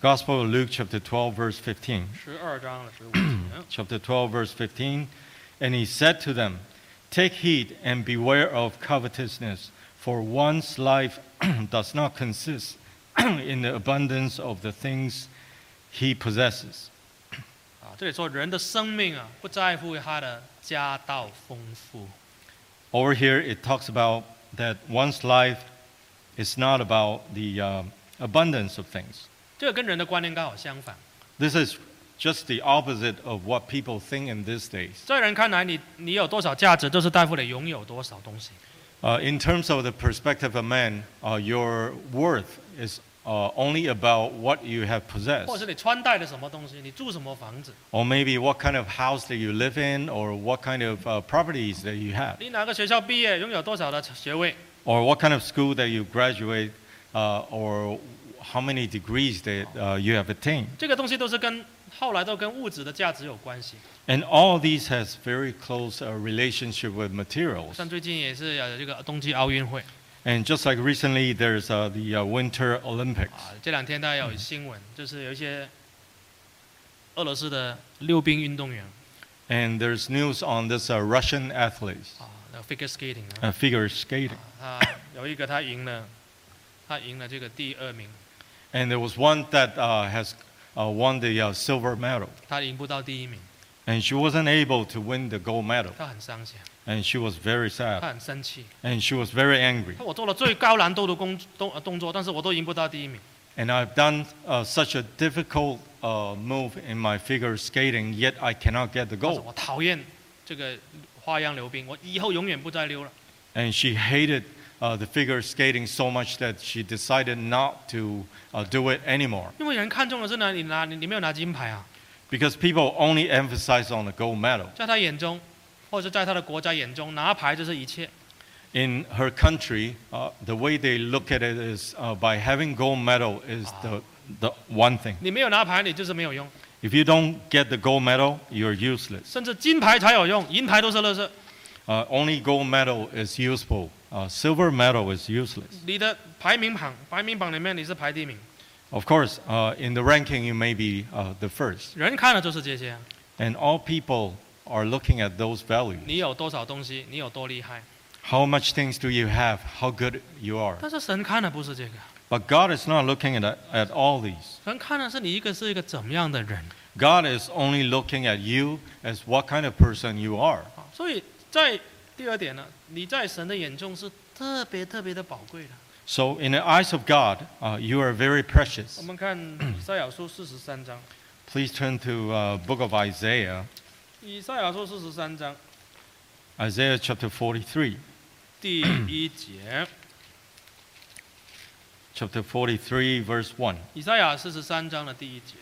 Speaker 2: Gospel of Luke, chapter 12, verse 15.，
Speaker 1: 十二章的十五节
Speaker 2: chapter 12, verse 15. And he said to them, Take heed and beware of covetousness, for one's life does not consist in the abundance of the things he possesses.
Speaker 1: 啊，这里说人的生命啊，不在乎他的家道丰富，
Speaker 2: Over here, it talks about that one's life is not about the uh, abundance of things.
Speaker 1: 这个跟人的观念刚好相反。
Speaker 2: This is just the opposite of what people think in these days.
Speaker 1: 在人看来你，你有多少价值，就是在乎你拥有多少东西。
Speaker 2: Uh, in terms of the perspective of man, uh, your worth is uh, only about what you have
Speaker 1: 或者是
Speaker 2: possessed,
Speaker 1: 你穿戴的什么东西，你住什么房子，
Speaker 2: or maybe what kind of house that you live in, or what kind of uh, properties that you have,
Speaker 1: 你哪个学校毕业，拥有多少的学位，
Speaker 2: or what kind of school that you graduate, uh, or how many degrees that uh, you have attained.
Speaker 1: 这个东西都是跟后来都跟物质的价值有关系。
Speaker 2: And all these has very close uh, relationship with materials.
Speaker 1: 像最近也是有这个冬季奥运会
Speaker 2: And just like recently, there's uh, the uh, Winter Olympics.
Speaker 1: 啊，这两天大家有新闻，就是有一些俄罗斯的溜冰运动员
Speaker 2: And there's news on this uh, Russian athletes,
Speaker 1: 啊，那个 figure skating 啊
Speaker 2: uh, figure skating.
Speaker 1: 啊，有一个他赢了，他赢了这个第二名，
Speaker 2: And there was one that uh, has uh, won the uh, silver medal,
Speaker 1: 他赢不到第一名，
Speaker 2: and she wasn't able to win the gold medal,
Speaker 1: 他很伤心，
Speaker 2: and she was very
Speaker 1: 他
Speaker 2: sad,
Speaker 1: 很生气。
Speaker 2: and she was very angry.
Speaker 1: 我做了最高难度的工动呃动作，但是我都赢不到第一名。
Speaker 2: And I've done uh, such a difficult uh, move in my figure skating, yet I cannot get the
Speaker 1: 但是
Speaker 2: gold.
Speaker 1: 我讨厌这个花样溜冰，我以后永远不再溜了。
Speaker 2: And she hated uh, the figure skating so much that she decided not to uh, do it anymore.
Speaker 1: 因为人看重的是呢，你拿你你没有拿金牌啊，
Speaker 2: Because people only emphasize on the gold medal.
Speaker 1: 在他眼中，或者在他的国家眼中，拿牌就是一切。
Speaker 2: In her country, uh, the way they look at it is uh, by having gold medal is the, the one thing.
Speaker 1: 你没有拿牌，你就是没有用，
Speaker 2: If you don't get the gold medal, you're useless.
Speaker 1: 甚至金牌才有用，银牌都是垃圾。
Speaker 2: Uh, only gold medal is useful. Uh, silver medal is useless.
Speaker 1: 你的排名榜，排名榜里面你是排第一名，
Speaker 2: Of course, uh, in the ranking, you may be uh, the first.
Speaker 1: 人看的就是这些。
Speaker 2: And all people are looking at those values.
Speaker 1: 你有多少东西，你有多厉害。
Speaker 2: How much things do you have? How good you are?
Speaker 1: 但是神看的不是这个，
Speaker 2: But God is not looking at, at all these.
Speaker 1: 神看的是你一个是一个怎么样的人。
Speaker 2: God is only looking at you as what kind of person you are.
Speaker 1: 啊，所以在第二点呢，你在神的眼中是特别特别的宝贵的。
Speaker 2: So, in the eyes of God, uh, you are very
Speaker 1: 我
Speaker 2: precious.
Speaker 1: 们看以赛亚书四十三章，
Speaker 2: Please turn to uh, Book of Isaiah,
Speaker 1: 以赛亚书四十三章
Speaker 2: Isaiah chapter 43.
Speaker 1: 第一节，
Speaker 2: Chapter 43, verse 1.
Speaker 1: 以赛亚四十三章的第一节，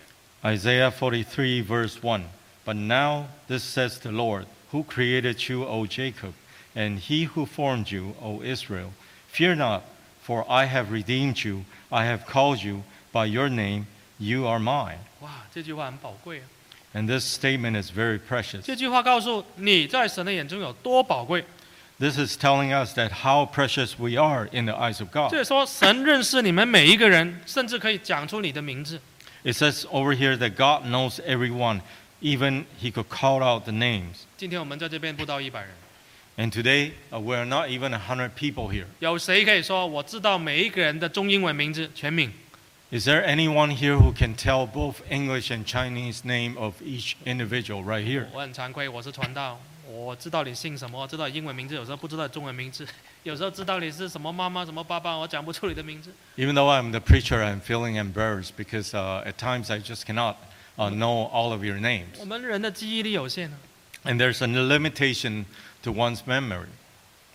Speaker 2: Isaiah 43, verse 1. But now, this says the Lord, who created you, O Jacob, and he who formed you, O Israel. Fear not, for I have redeemed you, I have called you by your name, you are mine.
Speaker 1: 哇，这句话很宝贵啊！
Speaker 2: And this statement is very precious.
Speaker 1: 这句话告诉你在神的眼中有多宝贵。
Speaker 2: This is telling us that how precious we are in the eyes of God.
Speaker 1: 这里说神认识你们每一个人，甚至可以讲出你的名字。
Speaker 2: It says over here that God knows everyone, even He could call out the names.
Speaker 1: 今天我们在这边不到一百人，
Speaker 2: And today, uh, we're not even 100 people here.
Speaker 1: 有谁可以说我知道每一个人的中英文名字全名？
Speaker 2: Is there anyone here who can tell both English and Chinese name of each individual right here?
Speaker 1: 我很惭愧，我是传道，我知道你姓什么，知道英文名字，有时候不知道中文名字， 有时候知道你是什么妈妈什么爸爸，我讲不出你的名字。
Speaker 2: Even though I'm the preacher, I'm feeling embarrassed because uh, at times I just cannot uh, know all of your names.
Speaker 1: 我们人的记忆力有限啊，
Speaker 2: And there's a limitation to one's memory.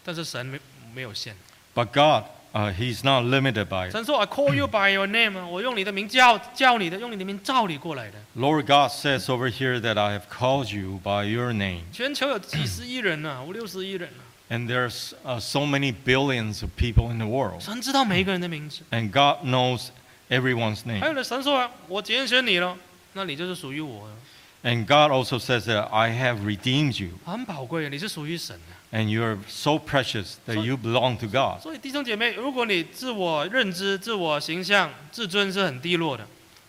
Speaker 1: 但是神没没有限，
Speaker 2: But God Uh, he's not limited by it.
Speaker 1: 神说 I call you by your name，我啊用你的名叫叫你的，用你的名召你过来的。
Speaker 2: Lord God says over here that I have called you by your name.
Speaker 1: 全球有几十亿人呢、五六十亿人、啊，
Speaker 2: And there's uh, so many billions of people in the world.
Speaker 1: 神知道每一个人的名字。
Speaker 2: And God knows everyone's
Speaker 1: 还有
Speaker 2: name.
Speaker 1: 呢，神说啊我拣选你了，那你就是属于我的，啊
Speaker 2: And God also says that I have redeemed you.
Speaker 1: 很宝贵，你是属于神的。
Speaker 2: And you're so precious that
Speaker 1: So-
Speaker 2: you belong to God.
Speaker 1: 所以弟兄姐妹，如果你自我认知、自我形象、自尊是很低落的，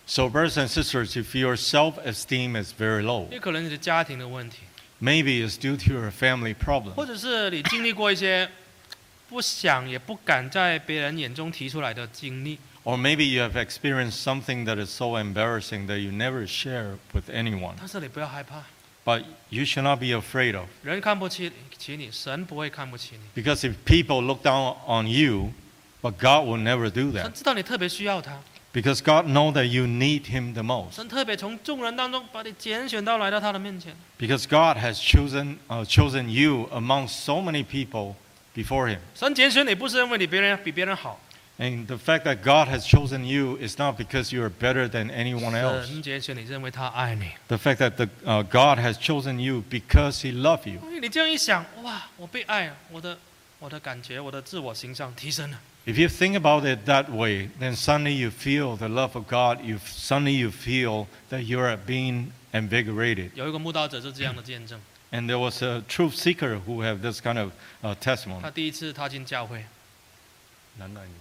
Speaker 2: So, brothers and sisters, if your self esteem is very low,
Speaker 1: 也可能你的家庭的问题，
Speaker 2: maybe it's due to your family
Speaker 1: 或
Speaker 2: problem,
Speaker 1: 者是你经历过一些 不想也不敢在别人眼中提出来的经历，
Speaker 2: or maybe you have experienced something that is so embarrassing that you never share with anyone.
Speaker 1: 但是你不要害怕，
Speaker 2: But you should not be afraid of,
Speaker 1: 人看不起起你，神不会看不起你，
Speaker 2: because if people look down on you, but God will never do
Speaker 1: 神
Speaker 2: that,
Speaker 1: 知道你特别需要他，
Speaker 2: because God knows that you need Him the most,
Speaker 1: 神特别从众人当中把你拣选到来到他的面前。
Speaker 2: because God has chosen uh, chosen you among so many people before Him.
Speaker 1: 神拣选你不是因为你别人比别人好，
Speaker 2: And the fact that God has chosen you is not because you are better than anyone else.
Speaker 1: 神拣选你是因为他爱你。
Speaker 2: The fact that the, uh, God has chosen you because He loved you.
Speaker 1: 你这样一想，哇，我被爱了，我的我的感觉，我的自我形象提升了。
Speaker 2: If you think about it that way, then suddenly you feel the love of God. You suddenly you feel that you are being invigorated.
Speaker 1: 有一个慕道者是这样的见证，
Speaker 2: And there was a truth seeker who had this kind of uh, testimony.
Speaker 1: 他第一次踏进教会，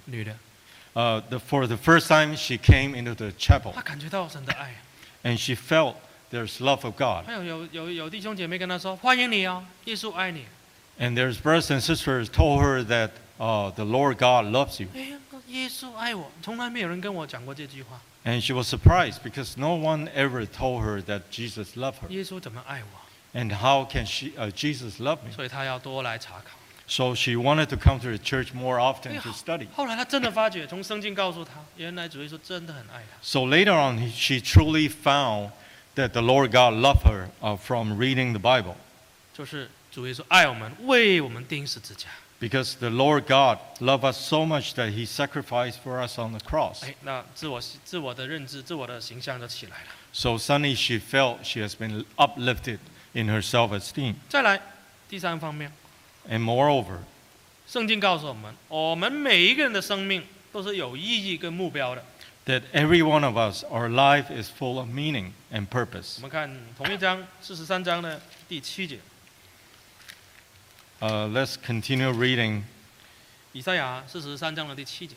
Speaker 1: 女的，
Speaker 2: Uh, the, for the first time, she came into the chapel
Speaker 1: 她感觉到神的爱。
Speaker 2: and she felt there's love of God.
Speaker 1: 还有有有有弟兄姐妹跟她说：“欢迎你哦，耶稣爱你。
Speaker 2: And there's brothers and sisters told her that uh, the Lord God loves you. ”
Speaker 1: 哎呀，耶稣爱我，从来没有人跟我讲过这句话。
Speaker 2: And she was surprised because no one ever told her that Jesus loved her.
Speaker 1: 耶稣怎么爱我？
Speaker 2: And how can she, uh, Jesus love me?
Speaker 1: 所以她要多来查考。
Speaker 2: So she wanted to come to the church more
Speaker 1: 哎
Speaker 2: often
Speaker 1: 呀
Speaker 2: to study.
Speaker 1: 后来她真的发觉，从圣经告诉她，原来主耶稣真的很爱她。
Speaker 2: So later on, he- she truly found that the Lord God loved her uh, from reading the Bible
Speaker 1: 就是主耶稣爱我们，为我们钉十字架。
Speaker 2: because the Lord God loved us so much that he sacrificed for us on the cross.
Speaker 1: 哎，那自我自我的认知、自我的形象就起来了。
Speaker 2: So suddenly she felt she has been uplifted in her self esteem.
Speaker 1: 再来第三方面，
Speaker 2: And moreover,
Speaker 1: 圣经告诉我们，我们每一个人的生命都是有意义跟目标的。
Speaker 2: that every one of us, our life is full of meaning and
Speaker 1: 我
Speaker 2: purpose.
Speaker 1: 们看同一章四十三章的第七节，
Speaker 2: Uh, let's continue reading
Speaker 1: 以赛亚四十三章的第七节，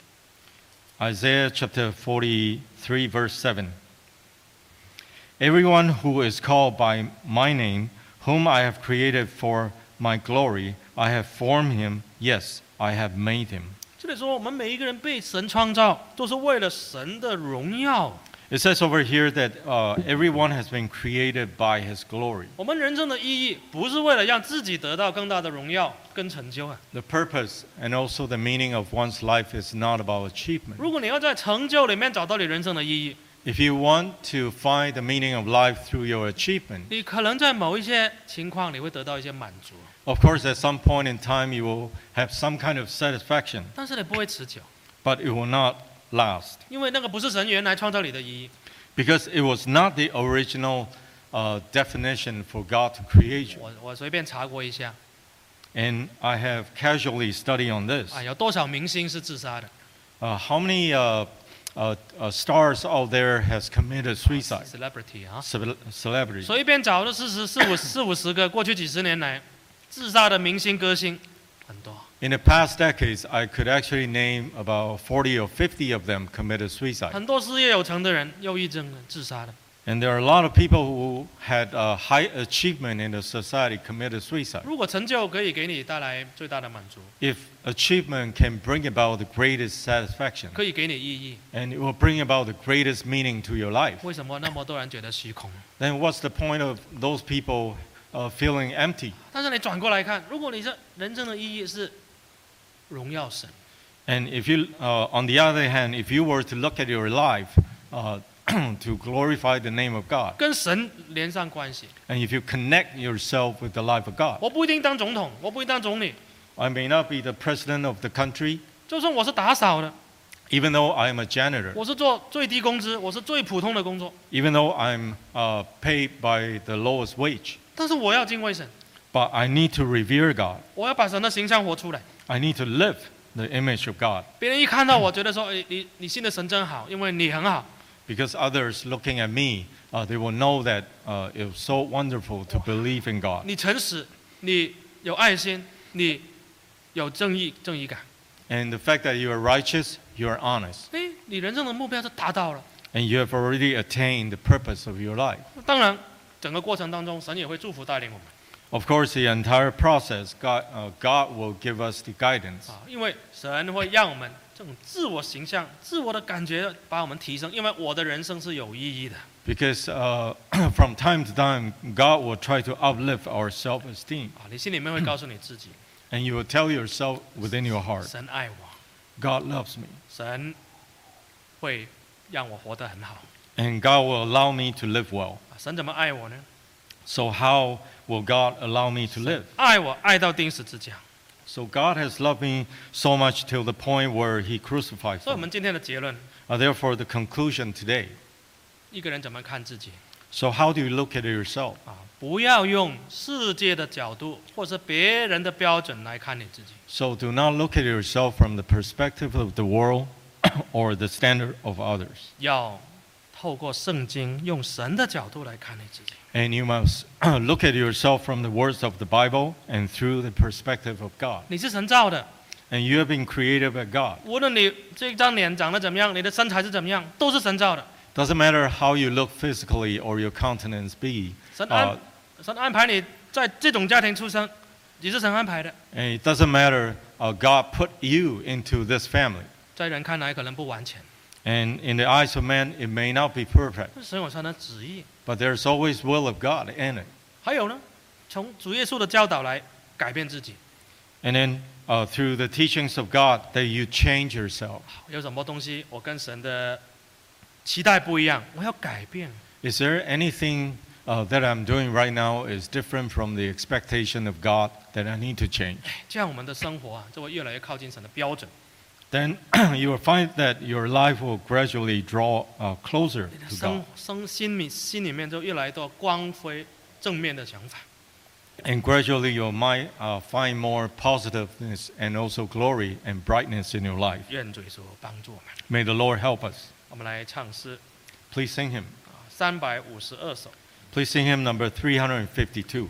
Speaker 2: Isaiah chapter 43, verse 7. Everyone who is called by my name, whom I have created for my glory, I have formed him. Yes, I have made him.
Speaker 1: 这里说我们每一个人被神创造，都是为了神的荣耀。
Speaker 2: It says over here that uh, everyone has been created by his glory.
Speaker 1: 我们人生的意义不是为了让自己得到更大的荣耀跟成就啊！
Speaker 2: The purpose and also the meaning of one's life is not about
Speaker 1: 如
Speaker 2: achievement.
Speaker 1: 果你要在成就里面找到你人生的意义，
Speaker 2: If you want to find the meaning of life through your achievement,
Speaker 1: 你可能在某一些情况你会得到一些满足，
Speaker 2: of course, at some point in time, you will have some kind of satisfaction.
Speaker 1: 但是你不会持久，
Speaker 2: but it will not last
Speaker 1: 因为那个不是神原来创造你的意义。
Speaker 2: because it was not the original uh, definition for God to create you.
Speaker 1: 我我随便查过一下，
Speaker 2: And I have casually studied on this.
Speaker 1: 啊，有多少明星是自杀的
Speaker 2: Uh, how many uh, uh, uh, stars out there has committed suicide?
Speaker 1: ？Celebrity 啊，
Speaker 2: Ce- celebrities.
Speaker 1: 随便找了四十四五四五十个，过去几十年来，自杀的明星歌星很多。
Speaker 2: In the past decades, I could actually name about 40 or 50 of them committed suicide.
Speaker 1: 很多事业有成的人，忧郁症的自杀的，
Speaker 2: And there are a lot of people who had uh, high achievement in the society committed suicide.
Speaker 1: 如果成就可以给你带来最大的满足，
Speaker 2: If achievement can bring about the greatest satisfaction,
Speaker 1: 可以给你意义，
Speaker 2: and it will bring about the greatest meaning to your life.
Speaker 1: 为什么那么多人觉得虚空？
Speaker 2: Then what's the point of those people uh, feeling empty?
Speaker 1: 但是你转过来看，如果你是人生的意义是荣耀神，
Speaker 2: And if you, uh, on the other hand, if you were to look at your life uh, to glorify the name of God,
Speaker 1: 跟神连上关系。
Speaker 2: and if you connect yourself with the life of God,
Speaker 1: 我不一定当总统，我不一定当总理，
Speaker 2: I may not be the president of the country,
Speaker 1: 就算我是打扫的，
Speaker 2: even though I'm a janitor,
Speaker 1: 我是做最低工资，我是最普通的工作，
Speaker 2: even though I'm uh, paid by the lowest wage.
Speaker 1: 但是我要敬畏神，
Speaker 2: But I need to revere God.
Speaker 1: 我要把神的形象活出来。
Speaker 2: I need to live the image of God
Speaker 1: 别人一看到我，觉得说，哎，你你信的神真好，因为你很好。
Speaker 2: because others looking at me, uh, they will know that uh, it was so wonderful to believe in God
Speaker 1: 你诚实，你有爱心，你有正义正义感。
Speaker 2: and the fact that you are righteous, you are honest,
Speaker 1: 哎，你人生的目标就达到了。
Speaker 2: and you have already attained the purpose of your life.
Speaker 1: 当然，整个过程当中，神也会祝福带领我们
Speaker 2: Of course, the entire process, God, uh, God will give us the guidance
Speaker 1: 啊，因为神会让我们这种自我形象、自我的感觉把我们提升，因为我的人生是有意义的。
Speaker 2: because uh, from time to time, God will try to uplift our self esteem.
Speaker 1: 啊，你心里面会告诉你自己，
Speaker 2: And you will tell yourself within your heart,
Speaker 1: 神爱我，
Speaker 2: God loves me,
Speaker 1: 神会让我活得很好。
Speaker 2: and God will allow me to live well.
Speaker 1: 啊神怎么爱我呢？
Speaker 2: So, how will God allow me to live?
Speaker 1: 爱我爱到钉死之架。
Speaker 2: So, God has loved me so much till the point where He crucified
Speaker 1: 所以，我们
Speaker 2: me.
Speaker 1: 今天的结论，
Speaker 2: Uh, therefore, the conclusion today.
Speaker 1: 一个人怎么看自己
Speaker 2: So, how do you look at yourself?
Speaker 1: 啊？不要用世界的角度或者别人的标准来看你自己。
Speaker 2: So, do not look at yourself from the perspective of the world or the standard of others.
Speaker 1: 要透过圣经，用神的角度来看你自己。
Speaker 2: And you must look at yourself from the words of the Bible and through the perspective of God.
Speaker 1: 你是神造的，
Speaker 2: And you have been created by God.
Speaker 1: 无论你这张脸长得怎么样，你的身材是怎么样，都是神造的。
Speaker 2: Doesn't matter how you look physically or your countenance be,
Speaker 1: 神安、
Speaker 2: uh,
Speaker 1: 神安排你在这种家庭出生，也是神安排的。
Speaker 2: and it doesn't matter uh, God put you into this family.
Speaker 1: 在人看来可能不完全，
Speaker 2: And in the eyes of man, it may not be perfect,
Speaker 1: 这是神有神的旨意。
Speaker 2: but there's always will of God in it.
Speaker 1: 还有呢，从主耶稣的教导来改变自己，
Speaker 2: And then uh, through the teachings of God, that you change yourself.
Speaker 1: 有什么东西我跟神的期待不一样，我要改变。
Speaker 2: Is there anything uh, that I'm doing right now is different from the expectation of God that I need to change?
Speaker 1: 这样我们的生活啊，就会越来越靠近神的标准，
Speaker 2: Then you will find that your life will gradually draw uh, closer
Speaker 1: 你的
Speaker 2: to God.
Speaker 1: 生生心里心里面就越来越多光辉正面的想法。
Speaker 2: And gradually you might uh, find more positiveness and also glory and brightness in your life.
Speaker 1: 愿主耶稣帮助我们。
Speaker 2: May the Lord help us.
Speaker 1: 我们来唱诗
Speaker 2: Please sing him.
Speaker 1: 啊，三百五十二首。
Speaker 2: Please sing him number 352.